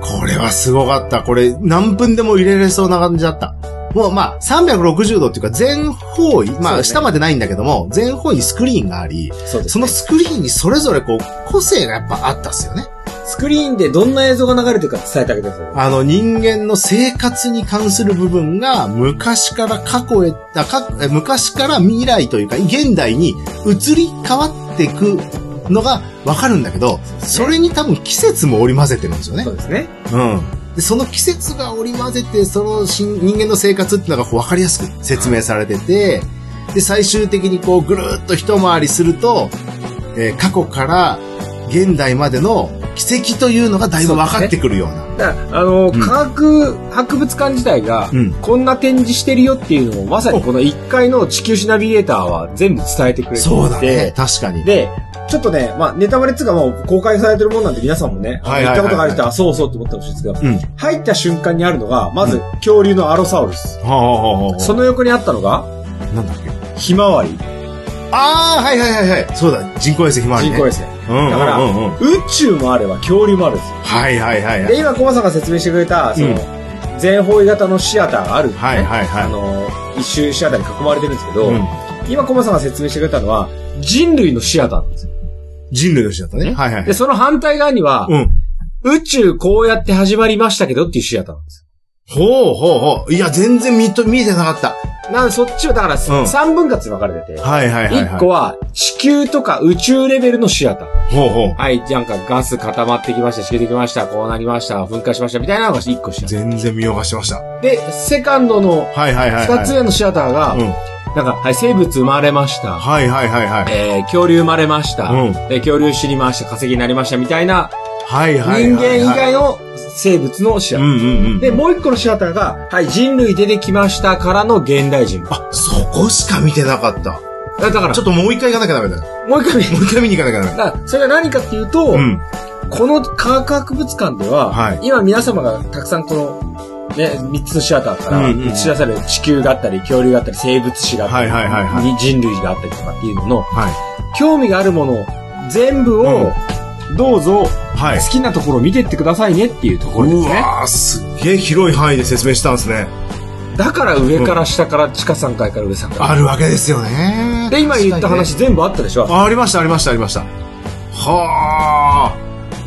[SPEAKER 1] これはすごかった。これ何分でも入れれそうな感じだった。もうまあ360度っていうか全方位、
[SPEAKER 2] そう
[SPEAKER 1] ま
[SPEAKER 2] ね
[SPEAKER 1] あ下までないんだけども、全方位にスクリーンがあり、
[SPEAKER 2] そうで
[SPEAKER 1] そのスクリーンにそれぞれこう個性がやっぱあったっすよね。
[SPEAKER 2] スクリーンでどんな映像が流れてるか伝えてあげてくださ
[SPEAKER 1] あの人間の生活に関する部分が昔から過去へ、あかえ昔から未来というか現代に移り変わっていくのがわかるんだけど、それに多分季節も織り交ぜてるんですよ
[SPEAKER 2] い。
[SPEAKER 1] ね
[SPEAKER 2] そ。うですね。
[SPEAKER 1] うん。で、その季節が織り交ぜて、そのしん人間の生活っていうのがこう分かりやすく説明されてて、で、最終的にこうぐるーっと一回りすると、えー過去から現代までの奇跡というのがだいぶ分かってくるような。
[SPEAKER 2] だから、あの、
[SPEAKER 1] うん
[SPEAKER 2] 科学博物館自体が、
[SPEAKER 1] うん。
[SPEAKER 2] こんな展示してるよっていうのを、まさにこの1階の地球史ナビゲーターは全部伝えてくれていて、
[SPEAKER 1] そうだね。確かに。
[SPEAKER 2] で、ちょっとね、まあ、ネタバレっつうかもう公開されてるもんなんで皆さんもね、あ
[SPEAKER 1] はい
[SPEAKER 2] の
[SPEAKER 1] はいはいはい
[SPEAKER 2] 行ったことがある人は、あそうそうって思ってほしいんですけど、
[SPEAKER 1] うん。
[SPEAKER 2] 入った瞬間にあるのが、まず恐竜のアロサウルス。
[SPEAKER 1] はあ、はあはあはあ、
[SPEAKER 2] その横にあったのが、
[SPEAKER 1] なんだっけ。
[SPEAKER 2] ひまわり。
[SPEAKER 1] ああ、はいはいはいはい。そうだ。人工衛星ひまわり、
[SPEAKER 2] 人
[SPEAKER 1] ね。
[SPEAKER 2] 工衛星。
[SPEAKER 1] うんうん
[SPEAKER 2] だから
[SPEAKER 1] うんうん。
[SPEAKER 2] 宇宙もあれば恐竜もあるんですよ。
[SPEAKER 1] はいはいはいはい。
[SPEAKER 2] で、今、コマさんが説明してくれた、その、
[SPEAKER 1] うん
[SPEAKER 2] 全方位型のシアターがあるんですね。
[SPEAKER 1] はいはいはい
[SPEAKER 2] あの、一周シアターに囲まれてるんですけど、
[SPEAKER 1] うん。
[SPEAKER 2] 今、コマさんが説明してくれたのは、人類のシアターなんですよ。
[SPEAKER 1] 人類の人だったね。はいはい
[SPEAKER 2] で、。その反対側には、
[SPEAKER 1] うん。
[SPEAKER 2] 宇宙こうやって始まりましたけどっていうシアターなんです
[SPEAKER 1] ほうほうほう。いや、全然見と、見えてなかった。
[SPEAKER 2] よ。なんで、そっちは、だから、
[SPEAKER 1] ん
[SPEAKER 2] 3分割に分かれてて、
[SPEAKER 1] はいはいはい、はい。
[SPEAKER 2] 1個は地球とか宇宙レベルのシアター。
[SPEAKER 1] ほうほう。
[SPEAKER 2] はい、なんかガス固まってきました、しけてきました、こうなりました、噴火しました、みたいなのが1個シアタ
[SPEAKER 1] 全然見逃してました。は
[SPEAKER 2] ー。で、セカンドの
[SPEAKER 1] いはいはい、はい。
[SPEAKER 2] 2つ目のシアターが、
[SPEAKER 1] うん。
[SPEAKER 2] なんか、はい、生物生まれました。
[SPEAKER 1] はいはいはいはい。
[SPEAKER 2] えー、恐竜生まれました。
[SPEAKER 1] うん
[SPEAKER 2] で恐竜死にました。化石になりました。みたいな、
[SPEAKER 1] はい
[SPEAKER 2] 人
[SPEAKER 1] はいはい、は
[SPEAKER 2] 間
[SPEAKER 1] い。
[SPEAKER 2] 以外の生物のシアター。
[SPEAKER 1] うんうんうん。
[SPEAKER 2] で、もう一個のシアターが、はい、人類出てきましたからの現代人。
[SPEAKER 1] あ、そこしか見てなかった。
[SPEAKER 2] だから、
[SPEAKER 1] ちょっともう一回行かなきゃダメだよ。
[SPEAKER 2] もう一回見る
[SPEAKER 1] もう一回見に行かなきゃダメだ。
[SPEAKER 2] だからそれが何かっていうと、
[SPEAKER 1] うん。
[SPEAKER 2] この科学博物館では、
[SPEAKER 1] はい
[SPEAKER 2] 今皆様がたくさんこの、ね、三つのシアターから
[SPEAKER 1] うんうん
[SPEAKER 2] 映し出される地球があったり、恐竜があったり、生物史があったり、
[SPEAKER 1] はいはいはいは
[SPEAKER 2] 人類があったりとかっていうのの、
[SPEAKER 1] は
[SPEAKER 2] 興味があるもの全部を、どうぞ、
[SPEAKER 1] い。はい。
[SPEAKER 2] 好きなところを見てってくださいねっていうところです
[SPEAKER 1] う
[SPEAKER 2] ね。
[SPEAKER 1] わー、すっげえ広い範囲で説明したんですね。
[SPEAKER 2] だから上から下から地下3階から上3階。
[SPEAKER 1] あるわけですよね。
[SPEAKER 2] で、今言った話全部あったでしょ
[SPEAKER 1] あありました、ありました、ありました。はあ。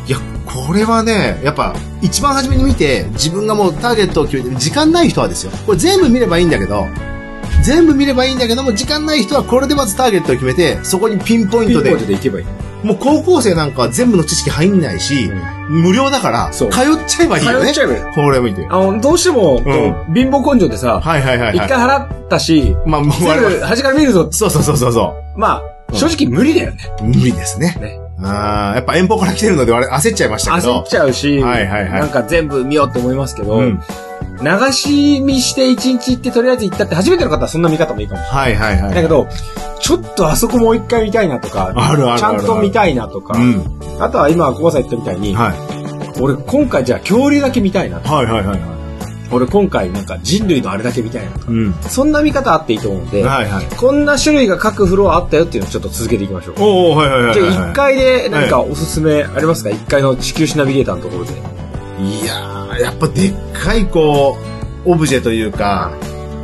[SPEAKER 1] いや、これはね、やっぱ、一番初めに見て、自分がもうターゲットを決めて、時間ない人はですよ。これ全部見ればいいんだけど、全部見ればいいんだけども、時間ない人はこれでまずターゲットを決めて、そこにピンポイン
[SPEAKER 2] ピン
[SPEAKER 1] ト
[SPEAKER 2] ポ
[SPEAKER 1] で
[SPEAKER 2] イン、トで行けばいい。
[SPEAKER 1] もう高校生なんかは全部の知識入んないし、無料だから、通
[SPEAKER 2] そう
[SPEAKER 1] っちゃえばいいよ
[SPEAKER 2] 通
[SPEAKER 1] ね
[SPEAKER 2] っちゃえばいい。
[SPEAKER 1] これ見て。
[SPEAKER 2] あの、どうしても、こう
[SPEAKER 1] う
[SPEAKER 2] 貧乏根性でさ、
[SPEAKER 1] はいはいはい
[SPEAKER 2] 一
[SPEAKER 1] は
[SPEAKER 2] 回
[SPEAKER 1] い。
[SPEAKER 2] 払ったし、
[SPEAKER 1] まあ、もう
[SPEAKER 2] 全部端から見るぞ。
[SPEAKER 1] そうそうそうそうそ
[SPEAKER 2] まあ、正直無理だよね。
[SPEAKER 1] う。無理ですね。
[SPEAKER 2] ね
[SPEAKER 1] ああ、やっぱ遠方から来てるので、あれ焦っちゃいましたけ
[SPEAKER 2] 焦っ
[SPEAKER 1] ど。
[SPEAKER 2] ちゃうし、
[SPEAKER 1] はいはいはい
[SPEAKER 2] なんか全部見ようって思いますけど、
[SPEAKER 1] うん。
[SPEAKER 2] 流し見して一日行ってとりあえず行ったって初めての方はそんな見方もいいかもし
[SPEAKER 1] はいはいは
[SPEAKER 2] れ
[SPEAKER 1] い。
[SPEAKER 2] ない。だけど、ちょっとあそこもう一回見たいなとか、
[SPEAKER 1] あるあるある
[SPEAKER 2] ちゃんと見たいなとか、
[SPEAKER 1] うん。
[SPEAKER 2] あとは今、コウさん言ったみたいに、
[SPEAKER 1] は。。
[SPEAKER 2] 俺今回じゃあ恐竜だけ見たいない
[SPEAKER 1] はいはいはいは
[SPEAKER 2] 俺今回なんか人類のあれだけ見たいな。
[SPEAKER 1] い。うん。
[SPEAKER 2] そんな見方あっていいと思うんで、
[SPEAKER 1] はいはい。
[SPEAKER 2] こんな種類が各フロアあったよっていうのをちょっと続けていきましょう。
[SPEAKER 1] おおはいはいはい
[SPEAKER 2] じゃ
[SPEAKER 1] はい。
[SPEAKER 2] あ1階で何かおすすめありますか ?1 階の地球史ナビゲーターのところで。
[SPEAKER 1] いやー、やっぱでっかいこう、オブジェというか、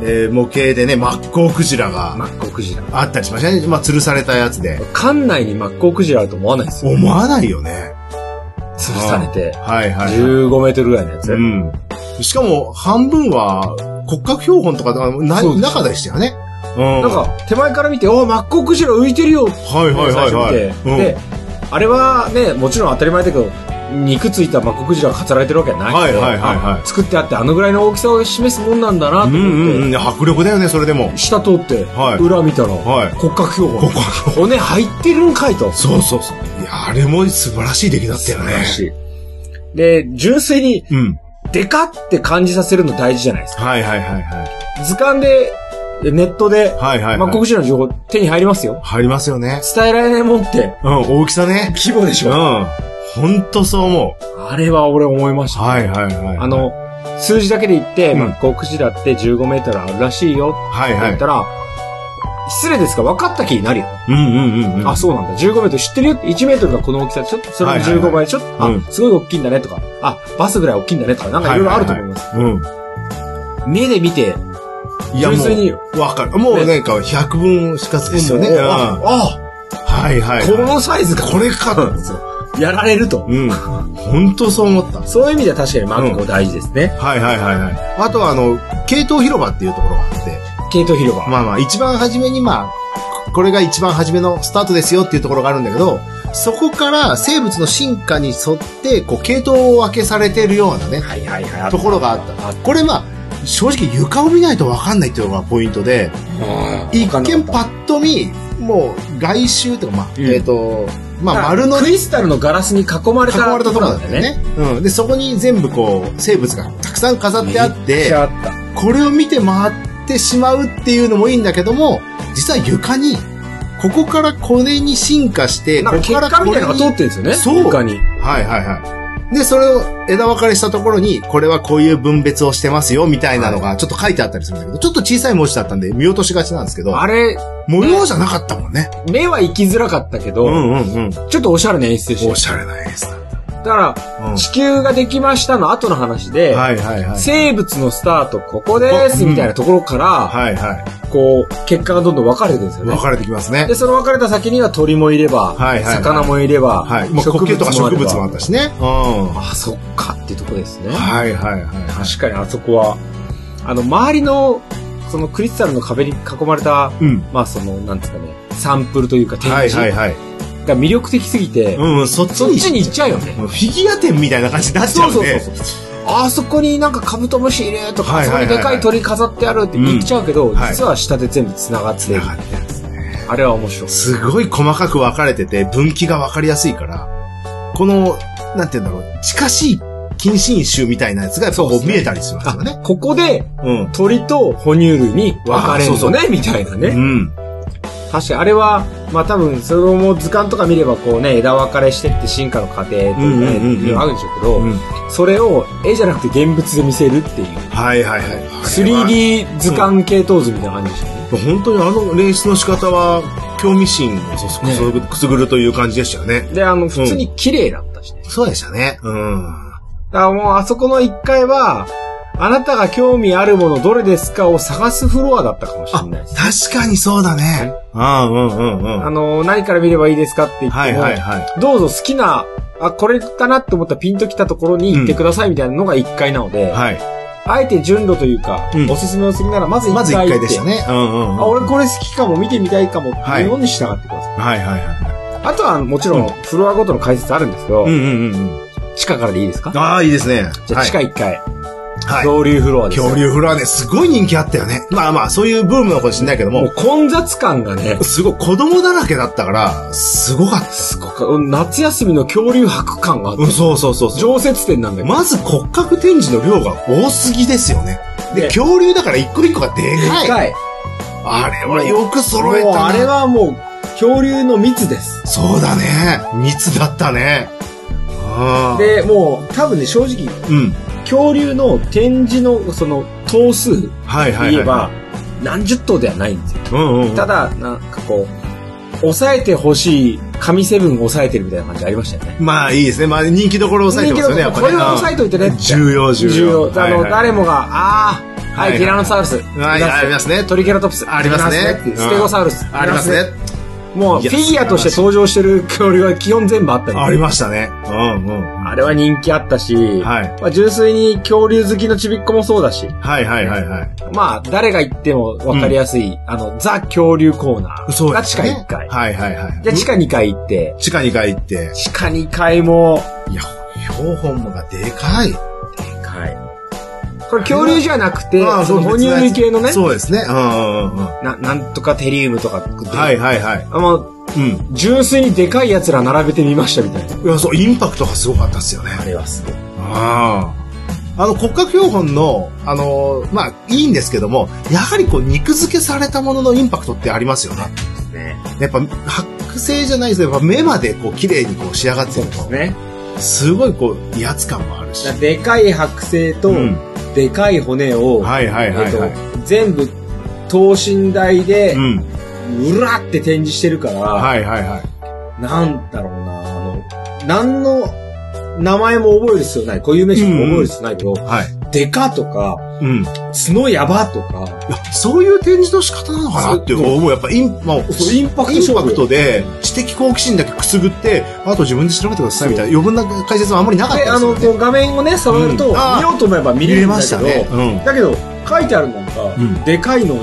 [SPEAKER 1] えー模型でね、マッコウクジラ
[SPEAKER 2] マ
[SPEAKER 1] が
[SPEAKER 2] ッコウクジラ。
[SPEAKER 1] あったりしましたね。まあ、吊るされたやつで。
[SPEAKER 2] 館内にマッコウクジラあると思わないですよ。
[SPEAKER 1] 思わないよね。
[SPEAKER 2] 潰されて。
[SPEAKER 1] はいはいはい。
[SPEAKER 2] 15メートルぐらいのやつ。
[SPEAKER 1] うん。しかも、半分は骨格標本とか、な
[SPEAKER 2] そうです
[SPEAKER 1] 中でしたよね。うん。
[SPEAKER 2] なん
[SPEAKER 1] は
[SPEAKER 2] か、手前から見て、おーマッコウクジラ浮いてるよって
[SPEAKER 1] いはいはいはい。
[SPEAKER 2] 最初見て。で、あれはね、もちろん当たり前だけど、肉ついたマッコウクジラが飾られてるわけはないけど、
[SPEAKER 1] はいはいはいはい
[SPEAKER 2] あ作ってあって、あのぐらいの大きさを示すもんなんだなと
[SPEAKER 1] うん、うんうんう
[SPEAKER 2] 思っ
[SPEAKER 1] ん。
[SPEAKER 2] て、
[SPEAKER 1] 迫力だよね、それでも。
[SPEAKER 2] 下通って
[SPEAKER 1] は、い
[SPEAKER 2] 裏見たら、
[SPEAKER 1] はい
[SPEAKER 2] 骨格標
[SPEAKER 1] 骨
[SPEAKER 2] 本。
[SPEAKER 1] 格標
[SPEAKER 2] 骨入ってるんかいと。
[SPEAKER 1] そうそうそう。いや、あれも素晴らしい出来だったよね。
[SPEAKER 2] い。で、純粋に、
[SPEAKER 1] うん。
[SPEAKER 2] デカって感じさせるの大事じゃないですか。
[SPEAKER 1] はいはいはいはい。
[SPEAKER 2] 図鑑で、ネットで、
[SPEAKER 1] はいはい、はい。
[SPEAKER 2] マッコウクジラの情報手に入りますよ。
[SPEAKER 1] 入りますよね。
[SPEAKER 2] 伝えられないもんって、
[SPEAKER 1] うん、大きさね。
[SPEAKER 2] 規模でし
[SPEAKER 1] うん
[SPEAKER 2] ょ。。
[SPEAKER 1] ほんとそう思う。
[SPEAKER 2] あれは俺思いました。
[SPEAKER 1] はいはいはい。
[SPEAKER 2] あ、の、数字だけで言って、
[SPEAKER 1] うん
[SPEAKER 2] マッコウクジラって15メートルあるらしいよ
[SPEAKER 1] はい
[SPEAKER 2] って
[SPEAKER 1] は
[SPEAKER 2] 言
[SPEAKER 1] い
[SPEAKER 2] った。ら、失礼ですが、分かった気になるよ。
[SPEAKER 1] うんうんうん。
[SPEAKER 2] あ、そうなんだ。15メートル知ってるよ。1メートルがこの大きさ。ちょっと、それの15倍。ちょっと、
[SPEAKER 1] うん
[SPEAKER 2] あ、すごい大きいんだねとか、あ、バスぐらい大きいんだねとか、なんかいろいろあると思います。
[SPEAKER 1] う。うん。
[SPEAKER 2] 目で見て、
[SPEAKER 1] いや、
[SPEAKER 2] 純
[SPEAKER 1] も
[SPEAKER 2] 粋に、
[SPEAKER 1] う、わかる。もうなんか、百分しかずですよね。
[SPEAKER 2] もう
[SPEAKER 1] うん
[SPEAKER 2] あ
[SPEAKER 1] は
[SPEAKER 2] あ、
[SPEAKER 1] いはい。
[SPEAKER 2] このサイズが
[SPEAKER 1] これか
[SPEAKER 2] なんですよ。やられると。
[SPEAKER 1] うん。本当そう思った。
[SPEAKER 2] そういう意味では確かにマックも大事ですね。
[SPEAKER 1] はいはいはいはい。あとは、あの、系統広場っていうところがあって、
[SPEAKER 2] 系統広場。
[SPEAKER 1] まあまあ、一番初めに、まあ、これが一番初めのスタートですよっていうところがあるんだけど、そこから生物の進化に沿って、こう、系統を分けされてるようなね、
[SPEAKER 2] はいはいはい。
[SPEAKER 1] ところがあった。
[SPEAKER 2] あ
[SPEAKER 1] これまあ、正直床を見ないと分かんないっていうのがポイントで、一見パッと見、もう外周とか、まあ、
[SPEAKER 2] うん
[SPEAKER 1] えっ、と、まあ丸の
[SPEAKER 2] クリスタルのガラスに囲まれ
[SPEAKER 1] 囲
[SPEAKER 2] た
[SPEAKER 1] われたところなんだよ
[SPEAKER 2] とこ
[SPEAKER 1] ね。うん。で、そこに全部こう、生物がたくさん飾
[SPEAKER 2] ろな
[SPEAKER 1] っ
[SPEAKER 2] ん
[SPEAKER 1] て
[SPEAKER 2] だ
[SPEAKER 1] あ
[SPEAKER 2] よね。
[SPEAKER 1] っ
[SPEAKER 2] めってち、ゃあった。
[SPEAKER 1] これを見て回ってしまうっていうのもいいんだけども、実は床に、ここからこれに進化して、
[SPEAKER 2] なんか
[SPEAKER 1] ここから
[SPEAKER 2] 結果
[SPEAKER 1] こ
[SPEAKER 2] みた
[SPEAKER 1] れ
[SPEAKER 2] いな
[SPEAKER 1] に
[SPEAKER 2] のが通ってるんです
[SPEAKER 1] そ
[SPEAKER 2] よね。
[SPEAKER 1] う
[SPEAKER 2] 床に。
[SPEAKER 1] はいはいはい。で、それを枝分かれしたところに、これはこういう分別をしてますよ、みたいなのが、ちょっと書いてあったりするんだけど、ちょっと小さい文字だったんで、見落としがちなんですけど、
[SPEAKER 2] あれ、
[SPEAKER 1] 模様じゃなかったもんね。
[SPEAKER 2] 目は行きづらかったけど、
[SPEAKER 1] うんうん。
[SPEAKER 2] ちょっとおしゃれな演出でし
[SPEAKER 1] お
[SPEAKER 2] た。
[SPEAKER 1] しゃれな演出だっ
[SPEAKER 2] だから、
[SPEAKER 1] た。うん
[SPEAKER 2] 地球ができましたの後の話で、
[SPEAKER 1] はいはいはい。
[SPEAKER 2] 生物のスタートここです
[SPEAKER 1] うん
[SPEAKER 2] みたいなところから、
[SPEAKER 1] はいはい。
[SPEAKER 2] こう、結果がどんどん分かれていくんですよね
[SPEAKER 1] 分。かれてきますね
[SPEAKER 2] で、。その分かれた先には鳥もいれば、
[SPEAKER 1] はいはいはい
[SPEAKER 2] 魚もいれば、
[SPEAKER 1] はい。もう
[SPEAKER 2] 植
[SPEAKER 1] 苔
[SPEAKER 2] 物
[SPEAKER 1] とか
[SPEAKER 2] もあ
[SPEAKER 1] 植
[SPEAKER 2] れば
[SPEAKER 1] 物もあったしね。うん。は
[SPEAKER 2] あ、そっかっていうとこですね。
[SPEAKER 1] いはいはいはい。
[SPEAKER 2] 確かにあそこは、あの、周りの、そのクリスタルの壁に囲まれた、
[SPEAKER 1] うん。
[SPEAKER 2] まあその、なんですかね、サンプルというか展
[SPEAKER 1] はい
[SPEAKER 2] 示
[SPEAKER 1] はいはい。
[SPEAKER 2] が魅力的すぎて、
[SPEAKER 1] うんうん、そっち
[SPEAKER 2] そっ
[SPEAKER 1] に。
[SPEAKER 2] ちに行っちゃうよね。
[SPEAKER 1] もうフィギュア店みたいな感じになっちゃ
[SPEAKER 2] そう
[SPEAKER 1] う
[SPEAKER 2] そう
[SPEAKER 1] ね。
[SPEAKER 2] そうそう。あそこになんかカブトムシいるとか、
[SPEAKER 1] はいはいはいはい
[SPEAKER 2] あそこにでかい鳥飾ってあるって言っちゃうけど、
[SPEAKER 1] んはい
[SPEAKER 2] 実は下で全部繋がって
[SPEAKER 1] 繋
[SPEAKER 2] る、
[SPEAKER 1] がってるんですね。
[SPEAKER 2] あれは面白い。
[SPEAKER 1] すごい細かく分かれてて、分岐が分かりやすいから、この、なんて言うんだろう、近しい近親種みたいなやつがやっぱこ
[SPEAKER 2] そう
[SPEAKER 1] う
[SPEAKER 2] ですね
[SPEAKER 1] 見えたりしますよね。
[SPEAKER 2] ここで
[SPEAKER 1] うん。
[SPEAKER 2] 鳥と哺乳類に分かれる
[SPEAKER 1] あそ
[SPEAKER 2] の
[SPEAKER 1] う
[SPEAKER 2] ね、みたいな
[SPEAKER 1] う
[SPEAKER 2] ね。
[SPEAKER 1] ん。
[SPEAKER 2] 確かにあれは、まあ多分、それも図鑑とか見ればこうね、枝分かれしてって進化の過程というかね、
[SPEAKER 1] うんうんうんうん
[SPEAKER 2] いろいろあるんでしょうけど、
[SPEAKER 1] うん
[SPEAKER 2] それを絵じゃなくて現物で見せるっていう、
[SPEAKER 1] はいはいはい。
[SPEAKER 2] 3D 図鑑系統図みたいな感じでしたね。
[SPEAKER 1] 本当にあの練習の仕方は、興味心をそそくすぐくすぐるという感じでしたよね。
[SPEAKER 2] で、あの、普通に綺麗だったしね。
[SPEAKER 1] そうでしたね。うん。
[SPEAKER 2] だからもう、あそこの1階は、あなたが興味あるものどれですかを探すフロアだったかもしれないです。
[SPEAKER 1] 確かにそうだね。ああ、うんうんうん。
[SPEAKER 2] あ
[SPEAKER 1] は
[SPEAKER 2] の、何から見ればいいですかって言
[SPEAKER 1] い
[SPEAKER 2] っても、
[SPEAKER 1] はいはい。
[SPEAKER 2] どうぞ好きな、あ、これかなって思ったらピンときたところに行ってくださいみたいなのが1階なので、
[SPEAKER 1] はい。
[SPEAKER 2] あえて順路というか、
[SPEAKER 1] うん
[SPEAKER 2] おすすめをするなら、まず1
[SPEAKER 1] まず
[SPEAKER 2] 回
[SPEAKER 1] 一
[SPEAKER 2] 行って
[SPEAKER 1] 回でした。ね。うんうんうん。
[SPEAKER 2] あ、俺
[SPEAKER 1] はい
[SPEAKER 2] これ好きかも、見てみたいかも、
[SPEAKER 1] は
[SPEAKER 2] はいい、日本に従ってくださ
[SPEAKER 1] は
[SPEAKER 2] い。
[SPEAKER 1] いは
[SPEAKER 2] あとは、もちろん、フロアごとの解説あるんですけ
[SPEAKER 1] い。
[SPEAKER 2] ど、
[SPEAKER 1] うんうんうんうん。
[SPEAKER 2] 地下からでいいですか
[SPEAKER 1] ああ、いいですね。
[SPEAKER 2] じゃあ、地下1階、
[SPEAKER 1] はい。はい。
[SPEAKER 2] 恐竜フロアですよ。
[SPEAKER 1] 恐竜フロアね、すごい人気あったよね。まあまあ、そういうブームのかもしれないけど
[SPEAKER 2] も
[SPEAKER 1] も
[SPEAKER 2] う、混雑感がね、
[SPEAKER 1] すごい子供だらけだったから、すごかった。
[SPEAKER 2] すごく、うん夏休みの恐竜博感があって
[SPEAKER 1] うん、そうそうそうそう。
[SPEAKER 2] 常設店なんだけど、
[SPEAKER 1] まず骨格展示の量が多すぎですよね。で、
[SPEAKER 2] ね
[SPEAKER 1] 恐竜だから一個一個がでかい。
[SPEAKER 2] かい。
[SPEAKER 1] あれはよく揃え
[SPEAKER 2] もう
[SPEAKER 1] た
[SPEAKER 2] あれ
[SPEAKER 1] な。
[SPEAKER 2] はもう、恐竜の密です。
[SPEAKER 1] そうだね。密だったね。ああ。
[SPEAKER 2] で、もう、多分ね、正直、
[SPEAKER 1] うん。
[SPEAKER 2] 恐竜の展示の、その、頭数、
[SPEAKER 1] はいはいはい。
[SPEAKER 2] 言えば、何十頭ではないんですよ。
[SPEAKER 1] うんうんうん。
[SPEAKER 2] ただ、なんかこう、抑えてほしい、神セブンを抑えてるみたいな感じありましたよね。
[SPEAKER 1] まあいいですね。まあ人気どころを抑えてますよね、やっぱ
[SPEAKER 2] こ
[SPEAKER 1] ね。
[SPEAKER 2] れは抑えといてねって。
[SPEAKER 1] 重要、重要。
[SPEAKER 2] あの、誰もが、あー、
[SPEAKER 1] はい
[SPEAKER 2] は
[SPEAKER 1] はい
[SPEAKER 2] い、ティラノサウルス。
[SPEAKER 1] はいはい、ありますね。
[SPEAKER 2] トリケラトプス。
[SPEAKER 1] ありますね
[SPEAKER 2] いっていうステゴサウルス。
[SPEAKER 1] ありますね。。
[SPEAKER 2] もう、
[SPEAKER 1] い
[SPEAKER 2] フ
[SPEAKER 1] や
[SPEAKER 2] ィギュアとして登場してる恐竜は基本全部あったの
[SPEAKER 1] ありましたね。うんうん。
[SPEAKER 2] あれは人気あったし、
[SPEAKER 1] はい。
[SPEAKER 2] まあ、純粋に恐竜好きのちびっ子もそうだし、
[SPEAKER 1] はいはいはいはい。
[SPEAKER 2] まあ、誰が言っても分かりやすい、あの、ザ恐竜コーナー
[SPEAKER 1] そう
[SPEAKER 2] が
[SPEAKER 1] で
[SPEAKER 2] 地
[SPEAKER 1] す
[SPEAKER 2] 下
[SPEAKER 1] ね。
[SPEAKER 2] 1階。
[SPEAKER 1] はいはいはい。
[SPEAKER 2] で、地下2階行って、
[SPEAKER 1] 地下2階行って。
[SPEAKER 2] 地下2階も、
[SPEAKER 1] いや、標本がでかい。
[SPEAKER 2] これ恐竜じゃなくて、
[SPEAKER 1] ああ
[SPEAKER 2] その哺乳類系のね、
[SPEAKER 1] そうですね。うんうんうんうん。
[SPEAKER 2] ななんとかテリウムとかって
[SPEAKER 1] はいはいはい。
[SPEAKER 2] あの、
[SPEAKER 1] うん。
[SPEAKER 2] 純粋にでかい奴ら並べてみましたみたいな。
[SPEAKER 1] いや、そう、インパクトがすごかったですよね。
[SPEAKER 2] れはすごい。
[SPEAKER 1] ああ。あの、骨格標本の、あのーまあ、いいんですけども、やはりこう、肉付けされたもののインパクトってありますよね。
[SPEAKER 2] ですね。
[SPEAKER 1] やっぱ、剥製じゃないですけど、やっぱ目までこう、綺麗にこう、仕上がって
[SPEAKER 2] そう
[SPEAKER 1] る
[SPEAKER 2] です
[SPEAKER 1] と、
[SPEAKER 2] ね。
[SPEAKER 1] すごいこう、威圧感もあるし。
[SPEAKER 2] でかい剥製と、
[SPEAKER 1] うん
[SPEAKER 2] でかい骨を、
[SPEAKER 1] はいはいはいはい。
[SPEAKER 2] えっと、全部、等身大で、
[SPEAKER 1] うん。
[SPEAKER 2] うらって展示してるから、
[SPEAKER 1] はいはいはい。
[SPEAKER 2] なんだろうな、あの、何の名前も覚える必要ない、固有名詞も覚える必要ないけど、
[SPEAKER 1] はい。
[SPEAKER 2] でかとか、
[SPEAKER 1] うん。
[SPEAKER 2] 角のやばとか、
[SPEAKER 1] そういう展示の仕方なのかなっていう思う。やっぱイン、まあ、
[SPEAKER 2] そうインパクト
[SPEAKER 1] インパクトで
[SPEAKER 2] 勝、
[SPEAKER 1] 知的好奇心だけくすぐって、あと自分で調べてくださいみたいな余分な解説はあんまりなかった
[SPEAKER 2] で、
[SPEAKER 1] で
[SPEAKER 2] あ
[SPEAKER 1] すよ
[SPEAKER 2] の、
[SPEAKER 1] ね。
[SPEAKER 2] こう画面をね、触ると、
[SPEAKER 1] うんあー
[SPEAKER 2] 見ようと思えば見
[SPEAKER 1] 入
[SPEAKER 2] れる
[SPEAKER 1] れ
[SPEAKER 2] んだ
[SPEAKER 1] ま
[SPEAKER 2] け
[SPEAKER 1] した
[SPEAKER 2] ど、
[SPEAKER 1] ね。うん。
[SPEAKER 2] だけど、書いてあるのが、
[SPEAKER 1] うん
[SPEAKER 2] でかいの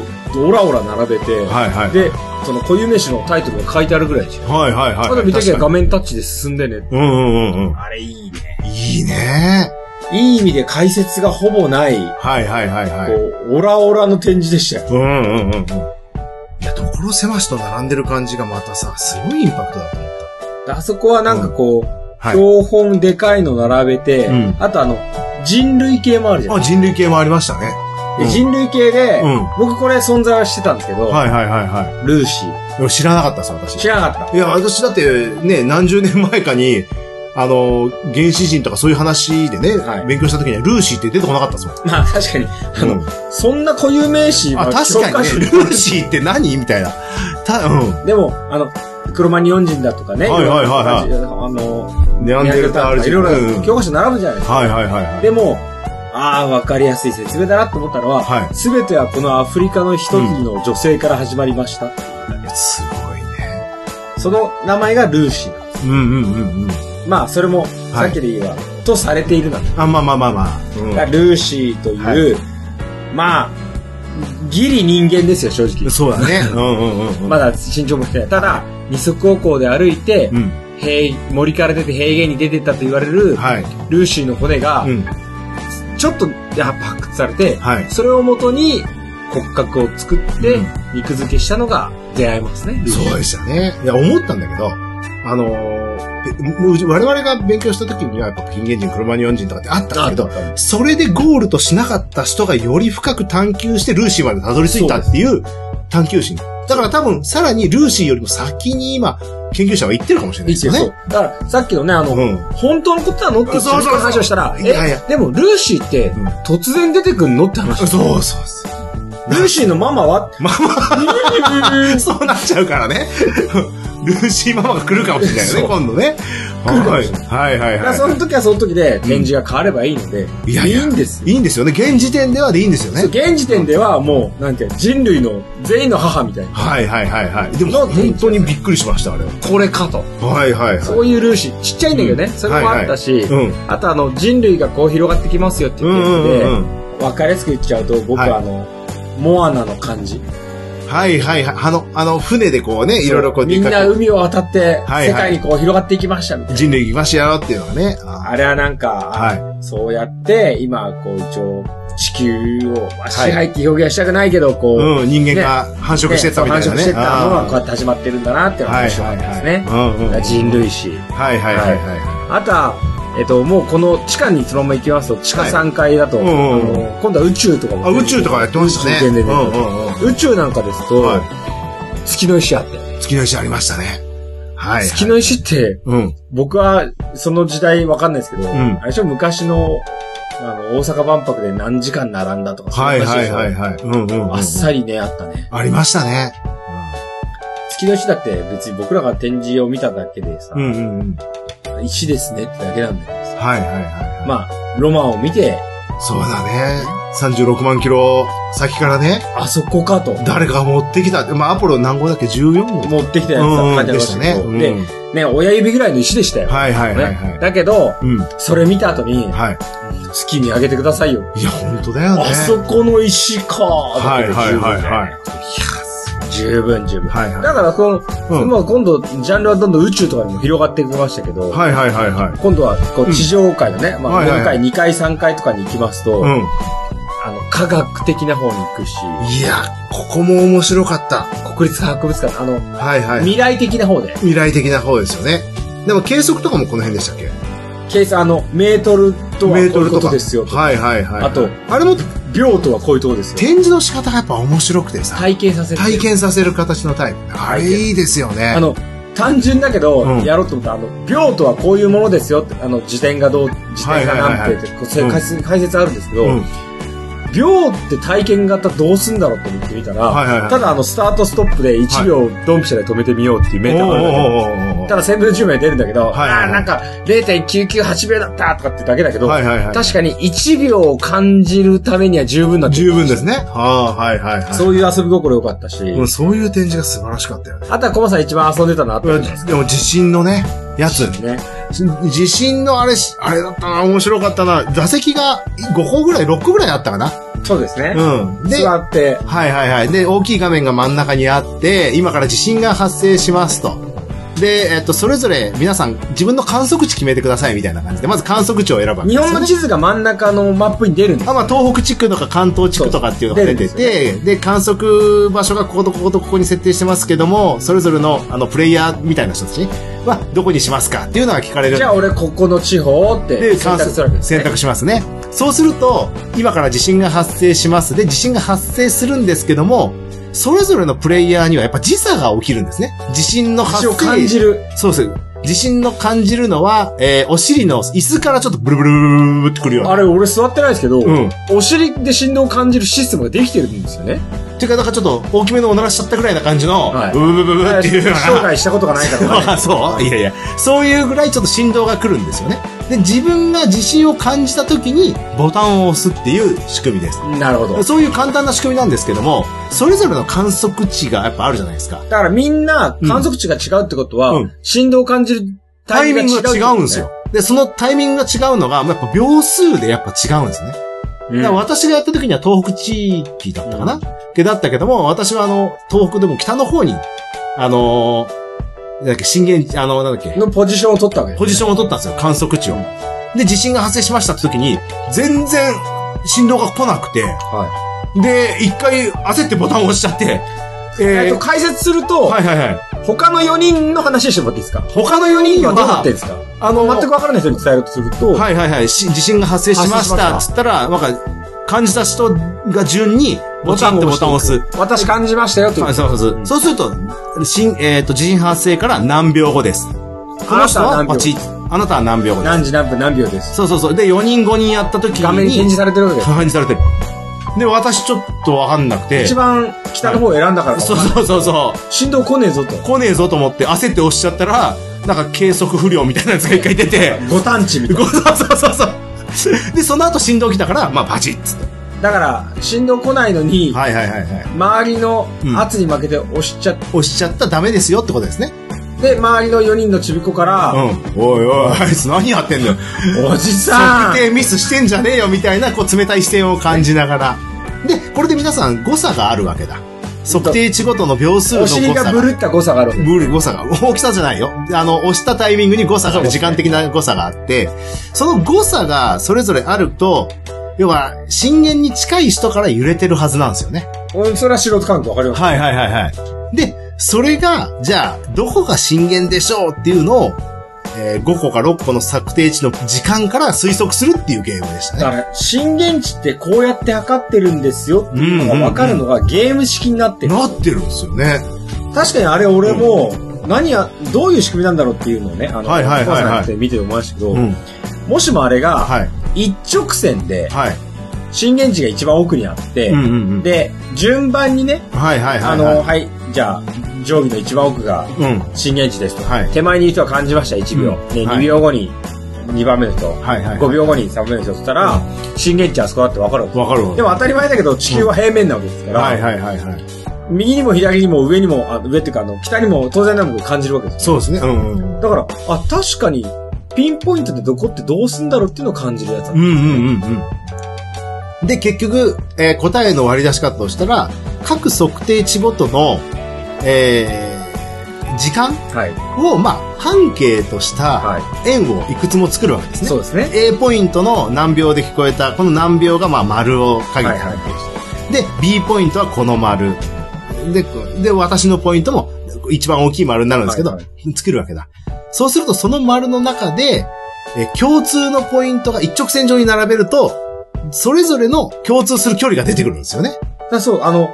[SPEAKER 2] オラオラ並べて、
[SPEAKER 1] はいはい。
[SPEAKER 2] で、その固有名詞のタイトルが書いてあるぐらいでしょ。
[SPEAKER 1] はいはいはい。
[SPEAKER 2] ただ見たきゃ
[SPEAKER 1] 確か
[SPEAKER 2] 画面タッチで進んで
[SPEAKER 1] に
[SPEAKER 2] ね。
[SPEAKER 1] うんうんうんうん。
[SPEAKER 2] あれいいね。
[SPEAKER 1] いいね。
[SPEAKER 2] いい意味で解説がほぼない、
[SPEAKER 1] はいはいはいはい。
[SPEAKER 2] こう、オラオラの展示でしたよ。
[SPEAKER 1] うんうんうんうん。いや、所狭しと並んでる感じがまたさ、すごいインパクトだと思っ
[SPEAKER 2] あそこはなんかこう、
[SPEAKER 1] た。はい。
[SPEAKER 2] 標本でかいの並べて、
[SPEAKER 1] うん
[SPEAKER 2] あとあの、人類系もあるじゃん。
[SPEAKER 1] あ、人類系もありましたね。
[SPEAKER 2] で
[SPEAKER 1] うん
[SPEAKER 2] 人類系で、
[SPEAKER 1] うん
[SPEAKER 2] 僕これ存在はしてたんですけど、
[SPEAKER 1] はいはいはいは
[SPEAKER 2] ルーシー。
[SPEAKER 1] い。でも知らなかったです、私。
[SPEAKER 2] 知らなかっ
[SPEAKER 1] いや、私だってね、何十年前かに、あの、原始人とかそういう話でね、
[SPEAKER 2] はい
[SPEAKER 1] 勉強した時にはルーシーって出てこなかったですもん。
[SPEAKER 2] た。 (laughs) まあ確かに、あの、
[SPEAKER 1] うん
[SPEAKER 2] そんな固有名詞は
[SPEAKER 1] あ、確かにね、ルーシーって何みたいな。た、うん。
[SPEAKER 2] でも、あの、クロマニオン人だとかね、
[SPEAKER 1] はいはいはいはい
[SPEAKER 2] ろろあの、
[SPEAKER 1] ネアンデルタール
[SPEAKER 2] い
[SPEAKER 1] 人。
[SPEAKER 2] ろ
[SPEAKER 1] うん
[SPEAKER 2] いろ教科書並ぶじゃないですか。
[SPEAKER 1] はいはいはいはい。
[SPEAKER 2] でも、ああ、わかりやすい説明だなと思ったの
[SPEAKER 1] は
[SPEAKER 2] は、
[SPEAKER 1] い
[SPEAKER 2] す、べ、てはこのアフリカの一人の女性から始まりましたっていうだけ、
[SPEAKER 1] すごいね。
[SPEAKER 2] その名前がルーシーなんです。
[SPEAKER 1] うんうんうんうん。
[SPEAKER 2] まあ、それも、さっきで言えば、とされているなんだ
[SPEAKER 1] あ、まあまあまあまあ。うん
[SPEAKER 2] がルーシーという、
[SPEAKER 1] は
[SPEAKER 2] まあ、ギリ人間ですよ、正直。
[SPEAKER 1] そうだね。うんうんうんうん。
[SPEAKER 2] まだ身長も低い。ただ、二足歩行で歩いて、
[SPEAKER 1] うん。
[SPEAKER 2] 平、森から出て平原に出てったと言われる、
[SPEAKER 1] はい。
[SPEAKER 2] ルーシーの骨が
[SPEAKER 1] う、ん。
[SPEAKER 2] ちょっとやっぱ発掘されて、
[SPEAKER 1] はい。
[SPEAKER 2] それをもとに骨格を作って
[SPEAKER 1] うん、
[SPEAKER 2] 肉付けしたのが出会いますね、ルーシー
[SPEAKER 1] そうでしたね。いや、思ったんだけど、あのーべもう我々が勉強した時には、やっぱ近現人、クロマニオン人とかってあったんだけど、
[SPEAKER 2] あ
[SPEAKER 1] それでゴールとしなかった人がより深く探求してルーシーまでたどり着いたっていう探求心。だから多分、さらにルーシーよりも先に今、研究者は行ってるかもしれない
[SPEAKER 2] い
[SPEAKER 1] で
[SPEAKER 2] い
[SPEAKER 1] す
[SPEAKER 2] よ
[SPEAKER 1] よ
[SPEAKER 2] ね。そ
[SPEAKER 1] ね。
[SPEAKER 2] うだから、さっきのね、あの、
[SPEAKER 1] うん。
[SPEAKER 2] 本当のことなのって
[SPEAKER 1] そうそうそう
[SPEAKER 2] 話をしたら、
[SPEAKER 1] いやいや
[SPEAKER 2] え、でもルーシーって
[SPEAKER 1] うん
[SPEAKER 2] 突然出てくんのって話。
[SPEAKER 1] そうそうそう。
[SPEAKER 2] ルーシーのママは
[SPEAKER 1] マ
[SPEAKER 2] マ
[SPEAKER 1] (laughs)
[SPEAKER 2] (laughs)
[SPEAKER 1] そうなっちゃうからね。 (laughs) ルーシーママが来るかもしれないよね、
[SPEAKER 2] そう
[SPEAKER 1] 今度ね。
[SPEAKER 2] 来るかもしれ
[SPEAKER 1] はいはいはい
[SPEAKER 2] そ
[SPEAKER 1] は
[SPEAKER 2] の時はその時で展示が変わればいいので、
[SPEAKER 1] い。いやいや
[SPEAKER 2] いんですよ。
[SPEAKER 1] いいんですよね。現時点ではでいいんですよね
[SPEAKER 2] そう。現時点ではもう、なんていうの人類の全員の母みたいな。
[SPEAKER 1] はいはいはいはい。でも
[SPEAKER 2] なんで
[SPEAKER 1] 本当にびっくりしました、あれは。
[SPEAKER 2] これかと。
[SPEAKER 1] はいはいはい。
[SPEAKER 2] そういうルーシー、ちっちゃいんだけどね、それもあったし、
[SPEAKER 1] うん。
[SPEAKER 2] あとあの人類がこう広がってきますよって
[SPEAKER 1] う
[SPEAKER 2] 言っ
[SPEAKER 1] んう
[SPEAKER 2] てるので、
[SPEAKER 1] んうん。
[SPEAKER 2] 分かりやすく言っちゃうと、僕
[SPEAKER 1] はい
[SPEAKER 2] はあの、モアナの感じ。
[SPEAKER 1] はいはいはい。あの、あの、船でこうね、いろいろこう、
[SPEAKER 2] みんな
[SPEAKER 1] でっか
[SPEAKER 2] 海を渡って、
[SPEAKER 1] はい
[SPEAKER 2] 世界にこう広がっていきましたみた
[SPEAKER 1] く
[SPEAKER 2] いな。
[SPEAKER 1] 人類行きましたよっていうのがね。あ
[SPEAKER 2] あれはなんか、
[SPEAKER 1] は
[SPEAKER 2] そうやって、今、こう一応、地球を、まあ支配って表現はしたくないけど、こう、
[SPEAKER 1] うん、人間が繁殖してったみたいなね。
[SPEAKER 2] ねそう繁殖してったのがこうや
[SPEAKER 1] あ
[SPEAKER 2] って始まってるんだなっていう
[SPEAKER 1] ー
[SPEAKER 2] のが
[SPEAKER 1] はい
[SPEAKER 2] 面白か
[SPEAKER 1] は
[SPEAKER 2] っ
[SPEAKER 1] い
[SPEAKER 2] たで
[SPEAKER 1] は
[SPEAKER 2] す
[SPEAKER 1] い。
[SPEAKER 2] ね。
[SPEAKER 1] うんうん。
[SPEAKER 2] 人。類史。
[SPEAKER 1] はいはいはいは
[SPEAKER 2] あとは、えっと、もうこの地下にそのまま行きますと、地下3階だと、
[SPEAKER 1] はいうんうん
[SPEAKER 2] あの今度は宇宙とかも
[SPEAKER 1] い。あ、宇宙とかやってましたね。
[SPEAKER 2] 宇宙全然
[SPEAKER 1] うんうんうん。
[SPEAKER 2] 宇宙なんかですと、
[SPEAKER 1] は
[SPEAKER 2] 月の石あって、
[SPEAKER 1] い。月の石ありましたね。はいはい。
[SPEAKER 2] 月の石って、
[SPEAKER 1] うん。
[SPEAKER 2] 僕はその時代わかんないですけど、
[SPEAKER 1] ん
[SPEAKER 2] あれでしょ昔のあの大阪万博で何時間並んだとか、
[SPEAKER 1] はいはいはいいはい。うんうんうん。
[SPEAKER 2] あっさりね、あったね。
[SPEAKER 1] ありましたね。
[SPEAKER 2] 月の石だって別に僕らが展示を見ただけでさ、
[SPEAKER 1] うんうんうん。
[SPEAKER 2] 石ですねってだけなんだけどさ、
[SPEAKER 1] はいはいはい。
[SPEAKER 2] まあ、ロマンを見て、
[SPEAKER 1] そうだね。36万キロ先からね、
[SPEAKER 2] あそこかと。
[SPEAKER 1] 誰かが持ってきたって。まあ、アポロ何号だっけ ?14 号
[SPEAKER 2] 持ってきたやつ
[SPEAKER 1] うん
[SPEAKER 2] 書
[SPEAKER 1] う
[SPEAKER 2] い
[SPEAKER 1] ん
[SPEAKER 2] てあり
[SPEAKER 1] で
[SPEAKER 2] ま
[SPEAKER 1] し
[SPEAKER 2] したた
[SPEAKER 1] ね。
[SPEAKER 2] けど、
[SPEAKER 1] うん
[SPEAKER 2] で、ね、親指ぐらいの石でしたよ。
[SPEAKER 1] はいはいはいは
[SPEAKER 2] ね
[SPEAKER 1] い。
[SPEAKER 2] だけど、
[SPEAKER 1] うん。
[SPEAKER 2] それ見た後に、
[SPEAKER 1] は
[SPEAKER 2] 月見上げてくださいよ。
[SPEAKER 1] い。いや、本当だよね。
[SPEAKER 2] あそこの石か。
[SPEAKER 1] はいはいはいはいい。
[SPEAKER 2] 十分十分。
[SPEAKER 1] はいは
[SPEAKER 2] だから、この、
[SPEAKER 1] い。うん
[SPEAKER 2] まあ今度、ジャンルはどんどん宇宙とかにも広がっていきましたけど、
[SPEAKER 1] はいはいはいはい。
[SPEAKER 2] 今度はこう地上界のね、まあ
[SPEAKER 1] はいはい
[SPEAKER 2] 4
[SPEAKER 1] はい
[SPEAKER 2] 階、2階、3階とかに行きますと、
[SPEAKER 1] うん。
[SPEAKER 2] あの、科学的な方に行くし、
[SPEAKER 1] いや、ここも面白かった。
[SPEAKER 2] 国立科学物館、あの、
[SPEAKER 1] はいはい。
[SPEAKER 2] 未来的な方で、
[SPEAKER 1] 未来的な方ですよね。でも計測とかもこの辺でしたっけ
[SPEAKER 2] 計算、あの、メートルとはこう
[SPEAKER 1] メ
[SPEAKER 2] い
[SPEAKER 1] ート
[SPEAKER 2] う
[SPEAKER 1] ル
[SPEAKER 2] ことと
[SPEAKER 1] か。
[SPEAKER 2] ですよと。
[SPEAKER 1] はいはいはい。
[SPEAKER 2] あと、
[SPEAKER 1] あれも
[SPEAKER 2] 秒とはこういうとこですよ。
[SPEAKER 1] 展示の仕方がやっぱ面白くてさ、
[SPEAKER 2] 体験させる。
[SPEAKER 1] 体験させる形のタイプ。あれいいですよね
[SPEAKER 2] あ。の、単純だけど、
[SPEAKER 1] うん
[SPEAKER 2] やろうと思ったら、あの、秒とはこういうものですよって、あの、辞典がどう、辞典が何
[SPEAKER 1] はいはいはい
[SPEAKER 2] てって、こうそういう解説、解説あるんですけど、
[SPEAKER 1] うん
[SPEAKER 2] 秒って体験型どうすんだろうって思ってみたら、
[SPEAKER 1] はいはいはい
[SPEAKER 2] ただあの、スタートストップで1秒ドンピシャで止めてみようっていうメーターがあるんだけど、
[SPEAKER 1] おーおーおーお
[SPEAKER 2] た
[SPEAKER 1] ー
[SPEAKER 2] だ1000分の10秒で出るんだけど、
[SPEAKER 1] はいはいはい
[SPEAKER 2] あーなんか0.998秒だったとかってだけだけど、
[SPEAKER 1] はいはいはい
[SPEAKER 2] 確かに1秒を感じるためには十分な
[SPEAKER 1] 十分ですね。はあ、はいはいはい。
[SPEAKER 2] そういう遊び心良かったし、
[SPEAKER 1] うんそういう展示が素晴らしかったよね。
[SPEAKER 2] あとはコマさん一番遊んでたのあったじゃないです
[SPEAKER 1] でも地震のね、やつ。
[SPEAKER 2] か。ね。
[SPEAKER 1] 地震のあれし、あれだったな、面白かったな。座席が5個ぐらい、6個ぐらいあったかな。
[SPEAKER 2] そうですね。
[SPEAKER 1] うん。で、
[SPEAKER 2] 座って、
[SPEAKER 1] はいはいはい。で、大きい画面が真ん中にあって、今から地震が発生しますと。で、えっと、それぞれ皆さん自分の観測値決めてくださいみたいな感じで、まず観測値を選ぶわけ
[SPEAKER 2] 日
[SPEAKER 1] ですよね
[SPEAKER 2] 本の地図が真ん中のマップに出るんです
[SPEAKER 1] あまあ、東北地区とか関東地区とかっていうのが出て
[SPEAKER 2] そう出
[SPEAKER 1] て、で観測場所がこことこことここに設定してますけども、それぞれのあのプレイヤーみたいな人たちはどこにしますかっていうのが聞かれる
[SPEAKER 2] じゃあ俺ここの地方って
[SPEAKER 1] で
[SPEAKER 2] 選択するわけです、ね。
[SPEAKER 1] 選択しますね。そうすると、今から地震が発生します。で、地震が発生するんですけども、それぞれのプレイヤーにはやっぱ時差が起きるんですね。地震の発
[SPEAKER 2] 地
[SPEAKER 1] 生。
[SPEAKER 2] を感じる。
[SPEAKER 1] そうです。地震の感じるのは、えーお尻の椅子からちょっとブルブルブルブルってくるような。
[SPEAKER 2] あれ俺座ってないですけど、
[SPEAKER 1] うん
[SPEAKER 2] お尻で振動を感じるシステムができてるんですよね。
[SPEAKER 1] っていうか、なんかちょっと大きめのおならしちゃったぐらいな感じの、
[SPEAKER 2] はい
[SPEAKER 1] ブブブブブっていうような。
[SPEAKER 2] 紹介したことがないからわかんな
[SPEAKER 1] (laughs)
[SPEAKER 2] い
[SPEAKER 1] あそういやいや。そういうぐらいちょっと振動が来るんですよね。で、自分が自信を感じた時にボタンを押すっていう仕組みです。
[SPEAKER 2] なるほど。だ
[SPEAKER 1] そういう簡単な仕組みなんですけども、それぞれの観測値がやっぱあるじゃないですか。
[SPEAKER 2] からみんな観測値が違うってことは、
[SPEAKER 1] うん
[SPEAKER 2] 振動を感じる
[SPEAKER 1] タ
[SPEAKER 2] タ
[SPEAKER 1] イ
[SPEAKER 2] イ
[SPEAKER 1] ミ
[SPEAKER 2] ミ
[SPEAKER 1] ン
[SPEAKER 2] ン
[SPEAKER 1] グ
[SPEAKER 2] グ
[SPEAKER 1] が
[SPEAKER 2] が
[SPEAKER 1] 違
[SPEAKER 2] 違
[SPEAKER 1] う
[SPEAKER 2] うん
[SPEAKER 1] で
[SPEAKER 2] んですす
[SPEAKER 1] よ
[SPEAKER 2] よ。
[SPEAKER 1] で、そのタイミングが違うのが、まあやっぱ秒数でやっぱ違うんですね。
[SPEAKER 2] うん
[SPEAKER 1] だから私がやった時には東北地域だったかな、けだったけども、私はあの、東北でも北の方に、あのー、なんだっけ、震源、あの、なんだっけ、
[SPEAKER 2] のポジションを取ったわけです
[SPEAKER 1] ポジションを取ったんですよ、観測値を。で、地震が発生しましたって時に、全然振動が来なくて、
[SPEAKER 2] は
[SPEAKER 1] で、一回焦ってボタンを押しちゃって、
[SPEAKER 2] い。え
[SPEAKER 1] え
[SPEAKER 2] っと、
[SPEAKER 1] ー、
[SPEAKER 2] 解説すると、
[SPEAKER 1] はいはいはい。
[SPEAKER 2] 他の4人の話してもらっていいですか
[SPEAKER 1] 他の4
[SPEAKER 2] 4
[SPEAKER 1] 人
[SPEAKER 2] 人
[SPEAKER 1] は
[SPEAKER 2] はどうなってるんですか
[SPEAKER 1] あの、
[SPEAKER 2] 全くわからない人に伝えるとすると、
[SPEAKER 1] はいはいはい、し地震が発生しましたっ
[SPEAKER 2] 発
[SPEAKER 1] つったら、なんか、感じた人が順に、ボタンってボタンを押す。
[SPEAKER 2] 私感じましたよという
[SPEAKER 1] はい、。そうそうそう。そうすると、しんえっ、と、地震発生から何秒後です。この人
[SPEAKER 2] あ
[SPEAKER 1] は
[SPEAKER 2] なたは何秒
[SPEAKER 1] パチッあなたは何秒後です。
[SPEAKER 2] 何時何分何秒です。
[SPEAKER 1] そうそうそう。で、4人5人やった時に、
[SPEAKER 2] 画面に展示されてるわけです。
[SPEAKER 1] 感じされてる。で、私ちょっとわかんなくて。
[SPEAKER 2] 一番北の方を選んだから、
[SPEAKER 1] そうそうそうそう。
[SPEAKER 2] 振動来ねえぞと。
[SPEAKER 1] 来ねえぞと思って焦って押しちゃったら、なんか計測不良みたいなやつが一回出て、
[SPEAKER 2] ご探知みたい
[SPEAKER 1] ごそうそうそうそう。 (laughs) で、その後振動来たから、まあ、パチッつって。
[SPEAKER 2] な。だから、振動来ないのに、
[SPEAKER 1] はいはいはいはい。
[SPEAKER 2] 周りの
[SPEAKER 1] うん
[SPEAKER 2] 圧に負けて押しちゃって、
[SPEAKER 1] 押しちゃったらダメですよってことですね。
[SPEAKER 2] で、周りの4人のちびっこから、
[SPEAKER 1] うん。おいおい、 (laughs) あいつ何やってんのよ。
[SPEAKER 2] おじさん
[SPEAKER 1] 測定ミスしてんじゃねえよみたいな、こう冷たい視線を感じながら。で、これで皆さん誤差があるわけだ。測定値ごとの秒数の
[SPEAKER 2] お
[SPEAKER 1] 誤差
[SPEAKER 2] 尻がブルった誤差があるわけ
[SPEAKER 1] ブル誤差が、大きさじゃないよ。あの、押したタイミングに誤差がある、時間的な誤差があって、その誤差がそれぞれあると、要は、震源に近い人から揺れてるはずなんですよね。
[SPEAKER 2] うんそれは素人感覚わかります。
[SPEAKER 1] はいはいはいはい。で、それが、じゃあ、どこが震源でしょうっていうのを、えー5個か6個の測定値の時間から推測するっていうゲームでした
[SPEAKER 2] だ
[SPEAKER 1] ね。
[SPEAKER 2] から、震源地ってこうやって測ってるんですよっていうのがわかるのがゲーム式になってる。
[SPEAKER 1] なってるんですよね。
[SPEAKER 2] 確かにあれ俺も、何や、どういう仕組みなんだろうっていうのをね、あの、
[SPEAKER 1] はいはいはいはい
[SPEAKER 2] お母さんって見て思いましたけど、
[SPEAKER 1] うん。
[SPEAKER 2] もしもあれが、
[SPEAKER 1] はい。
[SPEAKER 2] 一直線で、
[SPEAKER 1] はい。
[SPEAKER 2] 震源地が一番奥にあって、
[SPEAKER 1] うんうんうん。
[SPEAKER 2] で、順番にね、
[SPEAKER 1] はいはいはい、はい。
[SPEAKER 2] あの、はい、じゃあ、定規の一番奥が
[SPEAKER 1] うん。
[SPEAKER 2] 震源地ですと。
[SPEAKER 1] はい
[SPEAKER 2] 手前にいる人は感じました、1秒。
[SPEAKER 1] うん
[SPEAKER 2] ね、
[SPEAKER 1] はい
[SPEAKER 2] 2秒後に2番目の人。
[SPEAKER 1] はいはい。
[SPEAKER 2] 5秒後に3番目の人って言ったら、震源地あそこだって分かるわけ
[SPEAKER 1] わかるわ。
[SPEAKER 2] でも当たり前だけど、地球は平面なわけですから、
[SPEAKER 1] はいはいはいはい。
[SPEAKER 2] 右にも左にも上にも、あ上っていうか、あの、北にも当然なく感じるわけです
[SPEAKER 1] そうですね。うんうん。
[SPEAKER 2] だから、あ、確かに、ピンポイントでどこってどうすんだろうっていうのを感じるやつだ
[SPEAKER 1] うんうんうんうん。で、結局、えー答えの割り出し方をしたら、各測定値ごとの、えー時間
[SPEAKER 2] はい。
[SPEAKER 1] を、まあ、半径とした
[SPEAKER 2] は
[SPEAKER 1] 円をいくつも作るわけです
[SPEAKER 2] い。
[SPEAKER 1] ね。
[SPEAKER 2] そうですね。
[SPEAKER 1] A ポイントの何秒で聞こえた、この何秒が、まあ、丸を
[SPEAKER 2] は
[SPEAKER 1] 書いて、
[SPEAKER 2] いはいは
[SPEAKER 1] で、B ポイントはこの丸。で、こで、私のポイントも一番大きい丸になるんですけど、
[SPEAKER 2] はいは
[SPEAKER 1] 作るわけだ。そうすると、その丸の中で、えー共通のポイントが一直線上に並べると、それぞれの共通する距離が出てくるんですよね。
[SPEAKER 2] い。だからそう、あの、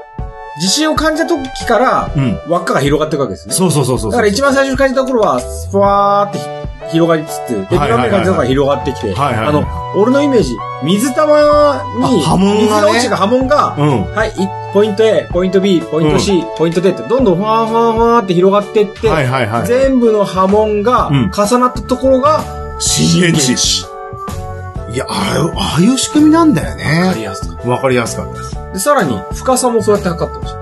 [SPEAKER 2] 地震を感じた時から
[SPEAKER 1] う、ん。
[SPEAKER 2] 輪っかが広がっていくわけですね。
[SPEAKER 1] そうそうそうそうそう。
[SPEAKER 2] だから一番最初に感じた頃は、ふわーって広がりつつ、ベト
[SPEAKER 1] はい
[SPEAKER 2] ナ
[SPEAKER 1] は
[SPEAKER 2] ム
[SPEAKER 1] いはい
[SPEAKER 2] 感じのが広がってきて、
[SPEAKER 1] はいはい
[SPEAKER 2] あの、俺のイメージ、水玉に、
[SPEAKER 1] あ波紋がね
[SPEAKER 2] 水が落ちた波紋が、
[SPEAKER 1] うん。
[SPEAKER 2] はい、いポイント A、ポイント B、ポイント C、ポイント D って、どんどんファーファーファーって広がってって、
[SPEAKER 1] はいはいはい。
[SPEAKER 2] 全部の波紋が
[SPEAKER 1] うん
[SPEAKER 2] 重なったところが、
[SPEAKER 1] 震源地。いや、ああああいう仕組みなんだよ
[SPEAKER 2] わか
[SPEAKER 1] ね。
[SPEAKER 2] りやすく
[SPEAKER 1] わかりやすかったです。
[SPEAKER 2] でさらに、深さもそうやって測ってほしい。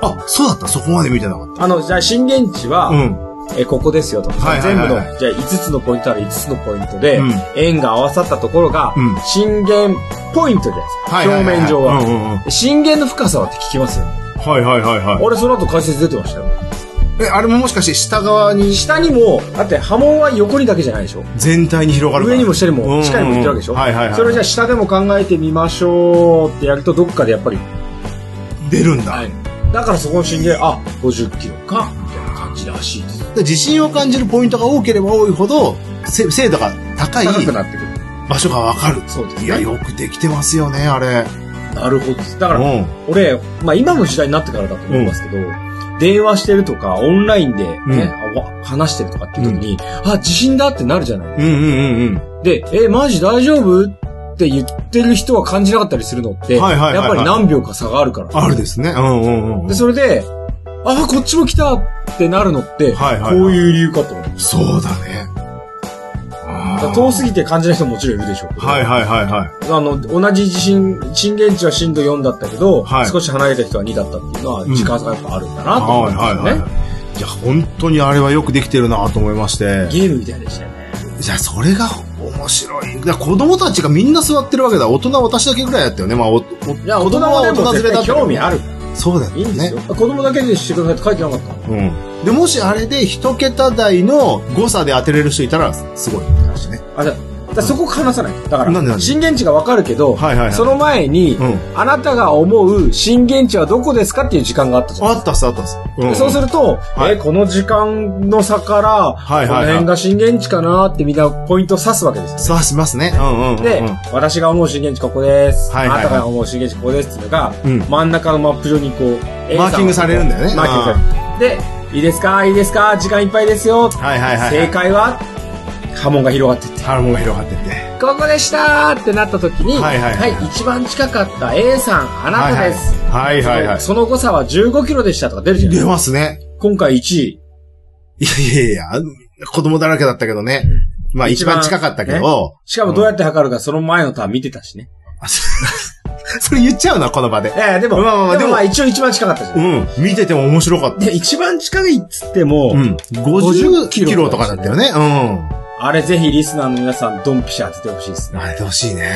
[SPEAKER 1] あ、そうだった。そこまで見てなかっ
[SPEAKER 2] あの、じゃあ震源地は、
[SPEAKER 1] た。うん。
[SPEAKER 2] え、ここですよと。
[SPEAKER 1] はいはい
[SPEAKER 2] 全
[SPEAKER 1] は
[SPEAKER 2] 部
[SPEAKER 1] い
[SPEAKER 2] の
[SPEAKER 1] はい、
[SPEAKER 2] じゃあ5つのポイントある5つのポイントで、
[SPEAKER 1] うん
[SPEAKER 2] 円が合わさったところが、
[SPEAKER 1] うん
[SPEAKER 2] 震源ポイントじゃないですか。
[SPEAKER 1] はいはいはい
[SPEAKER 2] 表面上は、
[SPEAKER 1] うんうんうん。
[SPEAKER 2] 震源の深さはって聞きますよ、ね。
[SPEAKER 1] はいはいはいは
[SPEAKER 2] 俺その後解説出てましたよ。
[SPEAKER 1] い。え、あれももしかして下側に
[SPEAKER 2] 下にも、だって波紋は横にだけじゃないでしょ。
[SPEAKER 1] 全体に広がるから。
[SPEAKER 2] 上にも下に
[SPEAKER 1] うんうんう
[SPEAKER 2] も、
[SPEAKER 1] ん
[SPEAKER 2] 地下にも行ってるわけでしょ。
[SPEAKER 1] はいはいはい。
[SPEAKER 2] それをじゃあ下でも考えてみましょうってやると、どっかでやっぱり、
[SPEAKER 1] 出るんだ。
[SPEAKER 2] だからそこの震源、あ、50キロか、みたいな感じらしいです。
[SPEAKER 1] で自信を感じるポイントが多ければ多いほど、せ精度が高い
[SPEAKER 2] 高くなってくる。
[SPEAKER 1] 場所がわかる。
[SPEAKER 2] そうですね
[SPEAKER 1] いや、よくできてますよね、あれ。
[SPEAKER 2] なるほどです。だから、
[SPEAKER 1] う
[SPEAKER 2] 俺、まあ今の時代になってからだと思いますけど、電話してるとか、オンラインでね、あ話してるとかっていう時に、あ、地震だってなるじゃない。
[SPEAKER 1] ん。うんうんうん
[SPEAKER 2] で、え、マジ大丈夫って言ってる人は感じなかったりするのって、
[SPEAKER 1] はいはいはいはい
[SPEAKER 2] やっぱり何秒か差があるから。
[SPEAKER 1] あるですね。うんうんうん
[SPEAKER 2] で、。それで、あ、こっちも来たってなるのって、
[SPEAKER 1] はいはいはい
[SPEAKER 2] こういう理由かと思う。だ
[SPEAKER 1] そうだね。あ
[SPEAKER 2] から
[SPEAKER 1] ー
[SPEAKER 2] 遠すぎて感じない人ももちろんいるでしょうけど。
[SPEAKER 1] はいはいはいはい。
[SPEAKER 2] あの、同じ地震、震源地は震度4だったけど、
[SPEAKER 1] はい
[SPEAKER 2] 少し離れた人は2だったっていうのは、
[SPEAKER 1] うん
[SPEAKER 2] 時間差がやっぱあるんだなと思う
[SPEAKER 1] は
[SPEAKER 2] ん
[SPEAKER 1] い
[SPEAKER 2] で
[SPEAKER 1] はい
[SPEAKER 2] すよね。
[SPEAKER 1] はい。いや、本当にあれはよくできてるなと思いまして。
[SPEAKER 2] ゲームみたいでしたよね。
[SPEAKER 1] いや、それが面白い。だから子供たちがみんな座ってるわけだ。大人は私だけぐらいだったよね。まあ、おお
[SPEAKER 2] いや、大人はでも絶対興味ある。
[SPEAKER 1] そうだよね。
[SPEAKER 2] いいんですよ。子供だけでしてくださいって書いてなかった。
[SPEAKER 1] うん。で、もしあれで一桁台の誤差で当てれる人いたら、すごい。ね。
[SPEAKER 2] あ、じゃあだからそこ話さない。だか
[SPEAKER 1] なんでなん
[SPEAKER 2] ら、
[SPEAKER 1] で
[SPEAKER 2] 震源地がわかるけど、
[SPEAKER 1] はいはいはい
[SPEAKER 2] その前に、
[SPEAKER 1] うん
[SPEAKER 2] あなたが思う震源地はどこですかっていう時間があったじゃん。
[SPEAKER 1] あったっす、あったっす。うん
[SPEAKER 2] でそうすると、
[SPEAKER 1] はい
[SPEAKER 2] え、この時間の差から、
[SPEAKER 1] いはいはい
[SPEAKER 2] この辺が震源地かなってみんなポイントを指すわけですよ。
[SPEAKER 1] そうしますね。うんうんうんうん。
[SPEAKER 2] で、私が思う震源地ここです。
[SPEAKER 1] はいはいはい
[SPEAKER 2] あなたが思う震源地ここですっていうのが、
[SPEAKER 1] うん
[SPEAKER 2] 真ん中のマップ上にこう、
[SPEAKER 1] マーキングされるんだよね
[SPEAKER 2] マーキングされる。で、いいですかいいですか時間いっぱいですよ。
[SPEAKER 1] はいはいはい。
[SPEAKER 2] 正。解は、波紋が広がってって。
[SPEAKER 1] ハルモンが広がってって。
[SPEAKER 2] ここでしたーってなった時に、
[SPEAKER 1] はいはいはい
[SPEAKER 2] 一番近かった A さん、あなたです。
[SPEAKER 1] はいはいはい。
[SPEAKER 2] その誤差は15キロでしたとか出るじゃないで
[SPEAKER 1] 出
[SPEAKER 2] すか。
[SPEAKER 1] ますね。
[SPEAKER 2] 今回1位。
[SPEAKER 1] いやいやいやあの、子供だらけだったけどね。まあ
[SPEAKER 2] 一
[SPEAKER 1] 一
[SPEAKER 2] 番
[SPEAKER 1] 番近かったけど、
[SPEAKER 2] しかもどうやって測るかその前のターン見てたしね。
[SPEAKER 1] (laughs) それ言っちゃうな、この場で。
[SPEAKER 2] ええでも、
[SPEAKER 1] まあまあまあ
[SPEAKER 2] で
[SPEAKER 1] で
[SPEAKER 2] も
[SPEAKER 1] も
[SPEAKER 2] まあ一応一番近かったじゃ。
[SPEAKER 1] うんん。見てても面白かった。
[SPEAKER 2] で、一番近いっつっても、
[SPEAKER 1] うん。50キロとかだったよね。う
[SPEAKER 2] あれぜひリスナーの皆さんドンピシャ当ててほしいです
[SPEAKER 1] ん。
[SPEAKER 2] ね。
[SPEAKER 1] あれてほしいね。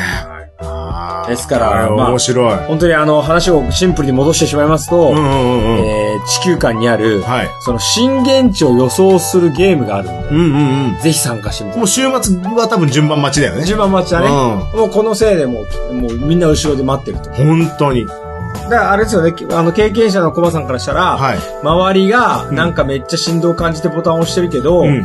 [SPEAKER 1] あー
[SPEAKER 2] ですから
[SPEAKER 1] あれ
[SPEAKER 2] まあ
[SPEAKER 1] 面白い。
[SPEAKER 2] 本当にあの話をシンプルに戻してしまいますと、
[SPEAKER 1] うんうんうんうん。
[SPEAKER 2] えー地球間にある、
[SPEAKER 1] はい。
[SPEAKER 2] その震源地を予想するゲームがあるので、
[SPEAKER 1] うんうんうん。
[SPEAKER 2] ぜひ参加してみてく
[SPEAKER 1] もう
[SPEAKER 2] だ
[SPEAKER 1] 週末は多分順番待ちだよ
[SPEAKER 2] さい。
[SPEAKER 1] ね。
[SPEAKER 2] 順番待ちだね。もうこのせいでもう、もうみんな後ろで待ってると。だか
[SPEAKER 1] うん。本当に。
[SPEAKER 2] らあれですよね、あの経験者のコバさんからしたら、
[SPEAKER 1] はい。
[SPEAKER 2] 周りがなんかめっちゃ振動感じてボタンを押してるけど、
[SPEAKER 1] うん。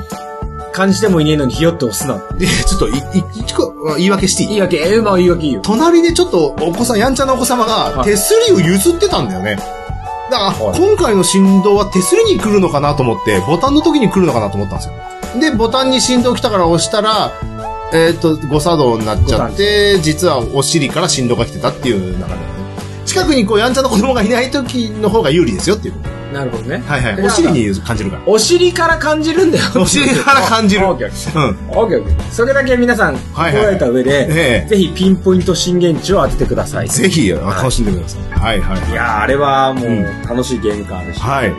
[SPEAKER 2] 感じてもいねえのにひよって押すな。
[SPEAKER 1] で、ちょっと、い、い、一個、言い訳していい
[SPEAKER 2] いいわけ、ええまあいいわけいいよ。
[SPEAKER 1] 隣でちょっとお子さん、やんちゃなお子様が
[SPEAKER 2] はい
[SPEAKER 1] 手すりを譲ってたんだよね。だから、
[SPEAKER 2] はい
[SPEAKER 1] 今回の振動は手すりに来るのかなと思って、ボタンの時に来るのかなと思ったんですよ。で、ボタンに振動来たから押したら、えっ、と、誤作動になっちゃって、実はお尻から振動が来てたっていう流れだね。近くにこう、やんちゃな子供がいない時の方が有利ですよっていうこと。
[SPEAKER 2] なるほどね。
[SPEAKER 1] はいはいい。お尻に感じるか
[SPEAKER 2] お尻から感じるんだよ。
[SPEAKER 1] お尻から感じる
[SPEAKER 2] (laughs) あオッケーオッケー
[SPEAKER 1] ら。うん。
[SPEAKER 2] オッケーオッケーそれだけ皆さん、
[SPEAKER 1] はいはい
[SPEAKER 2] 覚えた上で、
[SPEAKER 1] ええ
[SPEAKER 2] ぜひピンポイント震源地を当ててください。
[SPEAKER 1] ぜひ、あ楽しんでください。はいはい
[SPEAKER 2] い
[SPEAKER 1] はい。
[SPEAKER 2] やー、あれはもう、
[SPEAKER 1] うん
[SPEAKER 2] 楽しいゲーム感あるし。
[SPEAKER 1] はい。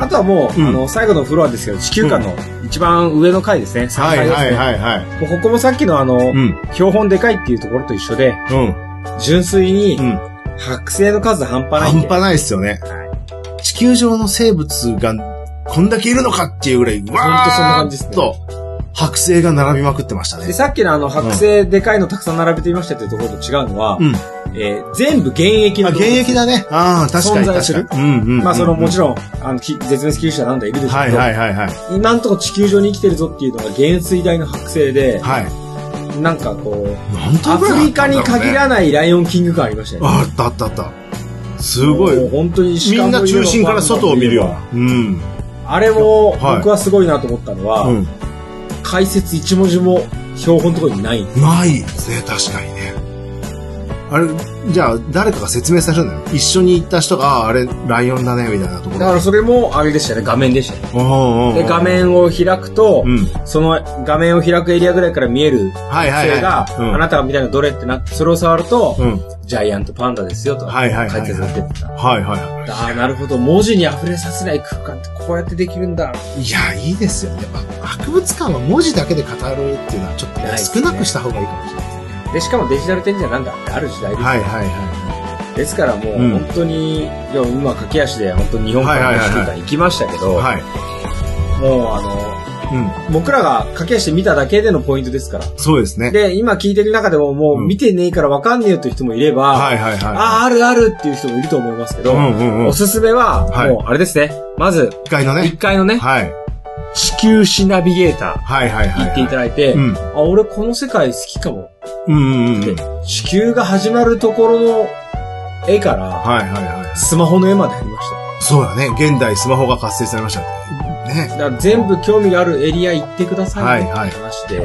[SPEAKER 2] あとはもう、
[SPEAKER 1] うん
[SPEAKER 2] あの、最後のフロアですけど、地球間の一番上の階ですね。3
[SPEAKER 1] は
[SPEAKER 2] 階
[SPEAKER 1] い
[SPEAKER 2] ですね。
[SPEAKER 1] はいはいはい。
[SPEAKER 2] もうここもさっきのあの、
[SPEAKER 1] うん。
[SPEAKER 2] 標本でかいっていうところと一緒で、
[SPEAKER 1] うん。
[SPEAKER 2] 純粋に
[SPEAKER 1] う、ん。
[SPEAKER 2] 剥製の数半端ないん
[SPEAKER 1] 半
[SPEAKER 2] で。
[SPEAKER 1] 端ないですよね。地球上の生物がこんだけいるのかっていうぐらい、わ
[SPEAKER 2] ほんとそんな感じっ
[SPEAKER 1] ー
[SPEAKER 2] すね
[SPEAKER 1] っと、剥製が並びまくってました
[SPEAKER 2] で、
[SPEAKER 1] ね。
[SPEAKER 2] さっきのあの、剥製でかいのたくさん並べてみましたっていうところと違うのは、
[SPEAKER 1] うん。
[SPEAKER 2] えー全部現役
[SPEAKER 1] あ、
[SPEAKER 2] の動
[SPEAKER 1] 現
[SPEAKER 2] 物。
[SPEAKER 1] 役だね。ああ、確かに
[SPEAKER 2] 存在する
[SPEAKER 1] 確かに。うんうんうん。
[SPEAKER 2] まあその、もち
[SPEAKER 1] ろん。
[SPEAKER 2] ろん、あの、き絶滅危惧種なんだいるでしょう
[SPEAKER 1] は
[SPEAKER 2] け
[SPEAKER 1] い
[SPEAKER 2] ど、
[SPEAKER 1] はいはいはい。
[SPEAKER 2] 今んとこ地球上に生きてるぞっていうのが原水大の剥製で、
[SPEAKER 1] はい。
[SPEAKER 2] なんかこう、
[SPEAKER 1] 何
[SPEAKER 2] ア
[SPEAKER 1] 頭ぐらい
[SPEAKER 2] フリカに限
[SPEAKER 1] ず。
[SPEAKER 2] らないライオンキング感ありましたよね。
[SPEAKER 1] ああったあったあった。すごい。
[SPEAKER 2] もう本当に
[SPEAKER 1] みんな中心から外を見るような。うん。
[SPEAKER 2] あれも、
[SPEAKER 1] はい
[SPEAKER 2] 僕はすごいなと思ったのは、
[SPEAKER 1] うん。
[SPEAKER 2] 解説一文字も標本のところにない。
[SPEAKER 1] ないですね、確かにね。あれ、じゃあ、誰かが説明されるのよ。一緒に行った人が、ああれ、ライオンだね、みたいなところ。
[SPEAKER 2] だからそれも、あれでしたね、画面でしたね。
[SPEAKER 1] おうおうおう
[SPEAKER 2] で、画。面を開くと、
[SPEAKER 1] うん。
[SPEAKER 2] その画面を開くエリアぐらいから見える
[SPEAKER 1] はいはい
[SPEAKER 2] そ
[SPEAKER 1] はい。
[SPEAKER 2] れが、
[SPEAKER 1] うん
[SPEAKER 2] あなたが見たいなどれってなって、それを触ると、
[SPEAKER 1] うん。
[SPEAKER 2] ジャイアントパンダですよと、
[SPEAKER 1] はいはいはいはい
[SPEAKER 2] 解説が出てた。
[SPEAKER 1] はいは
[SPEAKER 2] ああ、なるほど。文字に溢れさせない空間ってこうやってできるんだ。
[SPEAKER 1] い。いや、いいですよ。やっぱ、博物館は文字だけで語るっていうのは、ちょっとね、
[SPEAKER 2] ないです
[SPEAKER 1] 少
[SPEAKER 2] ね
[SPEAKER 1] なくした方がいいかもしれない。
[SPEAKER 2] で、しかもデジタル展示はなんだってある時代です。
[SPEAKER 1] はいはいは
[SPEAKER 2] ですからもう、
[SPEAKER 1] うん
[SPEAKER 2] 本当に、でも今、駆け足で本当に日本
[SPEAKER 1] はい
[SPEAKER 2] から
[SPEAKER 1] はい
[SPEAKER 2] の
[SPEAKER 1] はいはい
[SPEAKER 2] 空間行きましたけど、
[SPEAKER 1] い。はい。
[SPEAKER 2] もうあの、
[SPEAKER 1] う
[SPEAKER 2] 僕らが駆け足で見ただけでのポイントですから。
[SPEAKER 1] ん。そうですね。
[SPEAKER 2] で、今聞いてる中でももう
[SPEAKER 1] うん
[SPEAKER 2] 見てねえからわかんねえよという人もいれば、
[SPEAKER 1] はいはいはい。
[SPEAKER 2] ああ、あるあるっていう人もいると思いますけど、
[SPEAKER 1] うんうんうん
[SPEAKER 2] お。すすめは、
[SPEAKER 1] はい
[SPEAKER 2] もうあれですね。まず、
[SPEAKER 1] 一階のね
[SPEAKER 2] 1。階のね、
[SPEAKER 1] はい。
[SPEAKER 2] 地球史ナビゲータ
[SPEAKER 1] はいはい
[SPEAKER 2] ー
[SPEAKER 1] はい。
[SPEAKER 2] 行っていただいて、
[SPEAKER 1] うん。
[SPEAKER 2] あ、俺この世界好きかも。
[SPEAKER 1] うんうんうん。
[SPEAKER 2] 地球が始まるところの絵から、
[SPEAKER 1] はいはいは
[SPEAKER 2] スマホの絵までありました。
[SPEAKER 1] い。そうだね。現代スマホが活性されましたね。ね。
[SPEAKER 2] だから全部興味があるエリア行ってくださいって
[SPEAKER 1] はいはい
[SPEAKER 2] 話して、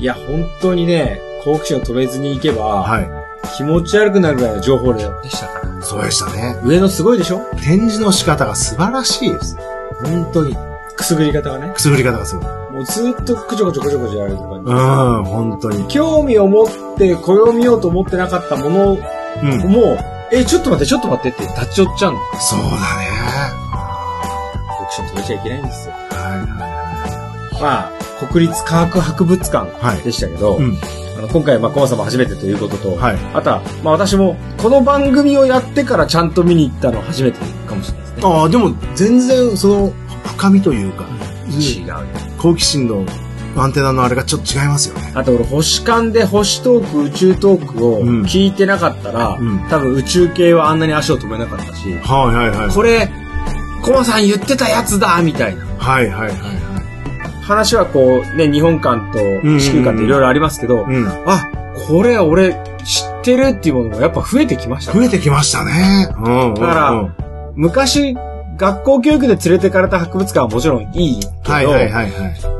[SPEAKER 2] いや、本当にね、好奇心を止めずに行けば、
[SPEAKER 1] は
[SPEAKER 2] 気持ち悪くなるぐらいの情報量でしたから。
[SPEAKER 1] い。そうでしたね。
[SPEAKER 2] 上のすごいでしょ
[SPEAKER 1] 展示の仕方が素晴らしいですね。本当に。
[SPEAKER 2] くすぐり方がね。
[SPEAKER 1] くすぐり方がすごい。うん、
[SPEAKER 2] もうずっとくちょこちょこちょこちょやられてる感じ。
[SPEAKER 1] 本当に。
[SPEAKER 2] 興味を持って、これを見ようと思ってなかったものを、
[SPEAKER 1] うん。
[SPEAKER 2] もう、え、ちょっと待って、ちょっと待ってって立ち寄っちゃうの。
[SPEAKER 1] そうだね。
[SPEAKER 2] 読書止めちゃいけないんですよ。
[SPEAKER 1] は
[SPEAKER 2] まあ、国立科学博物館
[SPEAKER 1] いはいはい。はい。
[SPEAKER 2] でしたけど、
[SPEAKER 1] うん。
[SPEAKER 2] あの今回、まあ、コマさんも初めてということと、
[SPEAKER 1] はい。
[SPEAKER 2] あとは、まあ、私も、この番組をやってからちゃんと見に行ったの初めてかもしれないですね。
[SPEAKER 1] ああ、でも全然その深みというか、
[SPEAKER 2] 違うよ。
[SPEAKER 1] 好奇心のアンテナのあれがちょっと違いますよね。
[SPEAKER 2] あと俺、星間で星トーク、宇宙トークを
[SPEAKER 1] うん
[SPEAKER 2] 聞いてなかったら、
[SPEAKER 1] うん
[SPEAKER 2] 多分宇宙系はあんなに足を止めなかったし、
[SPEAKER 1] はいはいはい。
[SPEAKER 2] これ、コマさん言ってたやつだみたいな。
[SPEAKER 1] はいはいはいは
[SPEAKER 2] 話はこう、ね、日本館と地球館っていろいろありますけ
[SPEAKER 1] い。
[SPEAKER 2] ど、
[SPEAKER 1] うん。
[SPEAKER 2] あ、これ俺知ってるっていうものがやっぱ増えてきましたね、
[SPEAKER 1] 増えてきましたね。うん。
[SPEAKER 2] だから昔、学校教育で連れてかれた博物館はもちろんいいけど、
[SPEAKER 1] はいはいはいはい。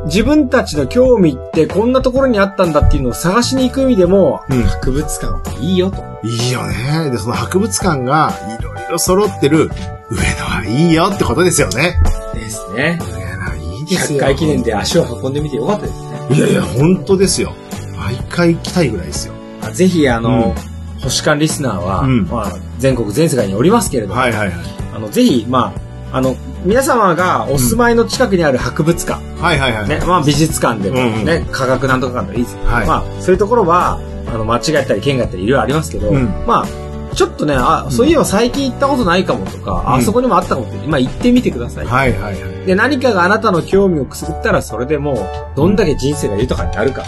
[SPEAKER 2] 自分たちの興味ってこんなところにあったんだっていうのを探しに行く意味でも、
[SPEAKER 1] うん
[SPEAKER 2] 博物館はいいよと。
[SPEAKER 1] いいよね。で、その博物館がいろいろ揃ってる上野はいいよってことですよね。
[SPEAKER 2] ですね。
[SPEAKER 1] 上野はいいです
[SPEAKER 2] 100
[SPEAKER 1] よ。
[SPEAKER 2] 回記念で足を運んでみてよかったですね。
[SPEAKER 1] いやいや、本当ですよ。毎回行きたいぐらいですよ。
[SPEAKER 2] あぜひ、あの、星間リスナーは、
[SPEAKER 1] うん
[SPEAKER 2] まあ、全国全世界におりますけれども、
[SPEAKER 1] はいはいはい。
[SPEAKER 2] あの、ぜひ、まあ、あの、皆様がお住まいの近くにある博物館、
[SPEAKER 1] はいはいはい。
[SPEAKER 2] ね、まあ美術館で
[SPEAKER 1] う
[SPEAKER 2] も
[SPEAKER 1] んうん
[SPEAKER 2] ね、科学なんとか館でもいいです。
[SPEAKER 1] はい
[SPEAKER 2] まあ、そういうところは、あの、間違えたり、県があったり、いろいろありますけど、
[SPEAKER 1] うん
[SPEAKER 2] まあ、ちょっとね、あ、そういえば最近行ったことないかもとか、あ
[SPEAKER 1] うん
[SPEAKER 2] あそこにもあったかもって、今行ってみてください。
[SPEAKER 1] はいはいはい。
[SPEAKER 2] で、何かがあなたの興味をくすぐったら、それでもう、どんだけ人生が豊かになるか。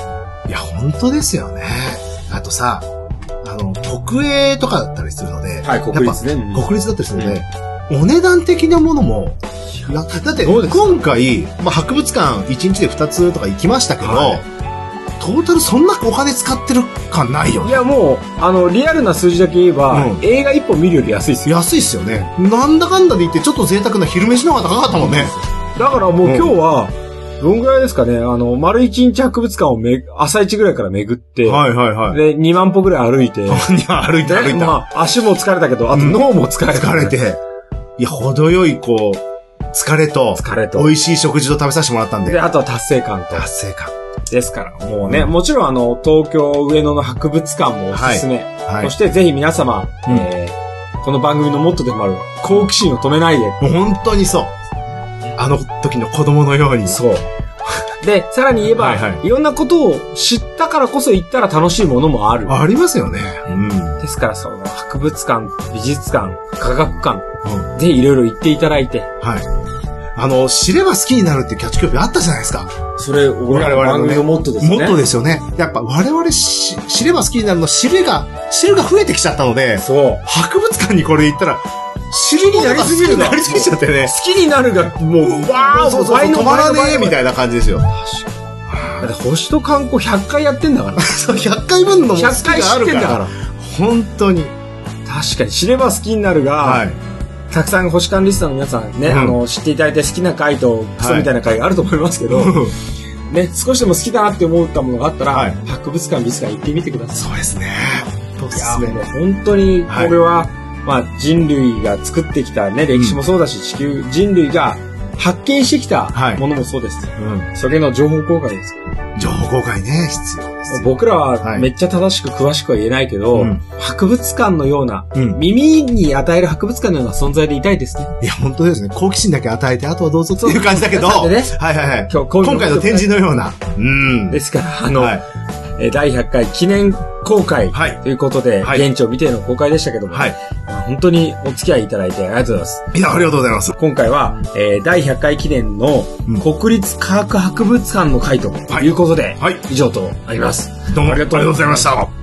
[SPEAKER 1] いや、本当ですよね。あとさ、あの、国営とかだったりするので、
[SPEAKER 2] はい、国立ね。うん
[SPEAKER 1] 国立だったりするので、お値段的なものも、なだって、
[SPEAKER 2] そうです
[SPEAKER 1] 今回、まあ、博物館1日で2つとか行きましたけど、
[SPEAKER 2] はい
[SPEAKER 1] トータルそんなお金使ってる感ないよ
[SPEAKER 2] い
[SPEAKER 1] ね。
[SPEAKER 2] や、もう、あの、リアルな数字だけ言えば、
[SPEAKER 1] うん
[SPEAKER 2] 映画一本見るより安いですよ。
[SPEAKER 1] 安いっすよね。なんだかんだで言って、ちょっと贅沢な昼飯の方が高かったもんね。
[SPEAKER 2] だからもう
[SPEAKER 1] うん
[SPEAKER 2] 今日は、どんぐらいですかね、あの、丸一日博物館をめ、朝一ぐらいから巡って、
[SPEAKER 1] いはいは。
[SPEAKER 2] で、2万歩ぐらい歩いて、
[SPEAKER 1] 歩いた歩い
[SPEAKER 2] ね、
[SPEAKER 1] た。
[SPEAKER 2] まあ、足も疲れたけど、あと
[SPEAKER 1] うん
[SPEAKER 2] 脳も疲れた。
[SPEAKER 1] 疲れ。て、いや、程よい、こう、疲れと、
[SPEAKER 2] 疲れ
[SPEAKER 1] 美
[SPEAKER 2] と。
[SPEAKER 1] 味しい食事と食べさせてもらったんで
[SPEAKER 2] で、、あとは達成感と。
[SPEAKER 1] 達成感。
[SPEAKER 2] ですから、もうね、もちろんあの、東京上野の博物館もおすすめ。
[SPEAKER 1] はい
[SPEAKER 2] そし。て、ぜひ皆様、
[SPEAKER 1] うん
[SPEAKER 2] えーこの番組のモットーでもある、好奇心を止めないで。
[SPEAKER 1] もう本当にそう。あの時の子供のように。
[SPEAKER 2] そう。 (laughs) で、さらに言えば、
[SPEAKER 1] はい
[SPEAKER 2] い
[SPEAKER 1] は
[SPEAKER 2] ろんなことを知ったからこそ行ったら楽しいものもある。
[SPEAKER 1] ありますよね。うん。
[SPEAKER 2] ですから、その、博物館、美術館、科学館、
[SPEAKER 1] うん
[SPEAKER 2] ぜひいろいろ行っていただいて、
[SPEAKER 1] はい。あの、知れば好きになるってキャッチコピーあったじゃないですか。
[SPEAKER 2] それ、俺らの番組のモットーです
[SPEAKER 1] も
[SPEAKER 2] ね。
[SPEAKER 1] っとですよね。やっぱ我々し知れば好きになるの知れが、知るが増えてきちゃったので、
[SPEAKER 2] そう。
[SPEAKER 1] 博物館にこれ行ったら、知る
[SPEAKER 2] になりすぎるな
[SPEAKER 1] なりすぎちゃってね。
[SPEAKER 2] 好きになるが、もう、わー、
[SPEAKER 1] そうそう、
[SPEAKER 2] 倍の
[SPEAKER 1] 止まらねえ
[SPEAKER 2] 倍の倍の
[SPEAKER 1] みたいな感じですよ。
[SPEAKER 2] だって星と観光100回やってんだから。
[SPEAKER 1] そう、100回分のも好き
[SPEAKER 2] 100回
[SPEAKER 1] があ
[SPEAKER 2] 知っ
[SPEAKER 1] る
[SPEAKER 2] てん
[SPEAKER 1] か。
[SPEAKER 2] だからら。
[SPEAKER 1] 本当に。
[SPEAKER 2] 確かに、知れば好きになるが、
[SPEAKER 1] (laughs) はい。
[SPEAKER 2] たくさん星間リストの皆さんね、
[SPEAKER 1] うん
[SPEAKER 2] あの、知っていただいて好きな回と、クソみたいな回があると思いますけど、ね、少しでも好きだなって思ったものがあったら、
[SPEAKER 1] はい
[SPEAKER 2] 博物館、美術館行ってみてくださ
[SPEAKER 1] そうですね。そうで
[SPEAKER 2] い。いや、もう本当に、これは、まあ、人類が作ってきたね、歴史もそうだし、地球、人類が発見してきた
[SPEAKER 1] はい
[SPEAKER 2] ものもそうです。
[SPEAKER 1] う
[SPEAKER 2] それの情報公開です。
[SPEAKER 1] ん。情報公開ね、必要ですよ。
[SPEAKER 2] 僕らは
[SPEAKER 1] はい
[SPEAKER 2] めっちゃ正しく詳しくは言えないけど、
[SPEAKER 1] うん
[SPEAKER 2] 博物館のような、
[SPEAKER 1] うん。
[SPEAKER 2] 耳に与える博物館のような存在でいたいですね。
[SPEAKER 1] いや、本当ですね。好奇心だけ与えて、あとはどうぞっていう感 (laughs) じだけど、
[SPEAKER 2] で
[SPEAKER 1] はい
[SPEAKER 2] ね
[SPEAKER 1] はいはい。
[SPEAKER 2] 今日、
[SPEAKER 1] 今回の展示のような。うん。
[SPEAKER 2] ですから、あの、
[SPEAKER 1] はい。
[SPEAKER 2] えー第100回記念公開
[SPEAKER 1] はい。
[SPEAKER 2] ということで、
[SPEAKER 1] はい
[SPEAKER 2] 現地を見ての公開でしたけども、
[SPEAKER 1] はい。
[SPEAKER 2] 本当にお付き合いいただいてありがとうございます。
[SPEAKER 1] いや、ありがとうございます。
[SPEAKER 2] 今回は、えー第100回記念の
[SPEAKER 1] うん
[SPEAKER 2] 国立科学博物館の会ということで、
[SPEAKER 1] はい。
[SPEAKER 2] 以上となります。
[SPEAKER 1] どうもあ
[SPEAKER 2] あ
[SPEAKER 1] り
[SPEAKER 2] り
[SPEAKER 1] がと
[SPEAKER 2] がと
[SPEAKER 1] う
[SPEAKER 2] う
[SPEAKER 1] ございました。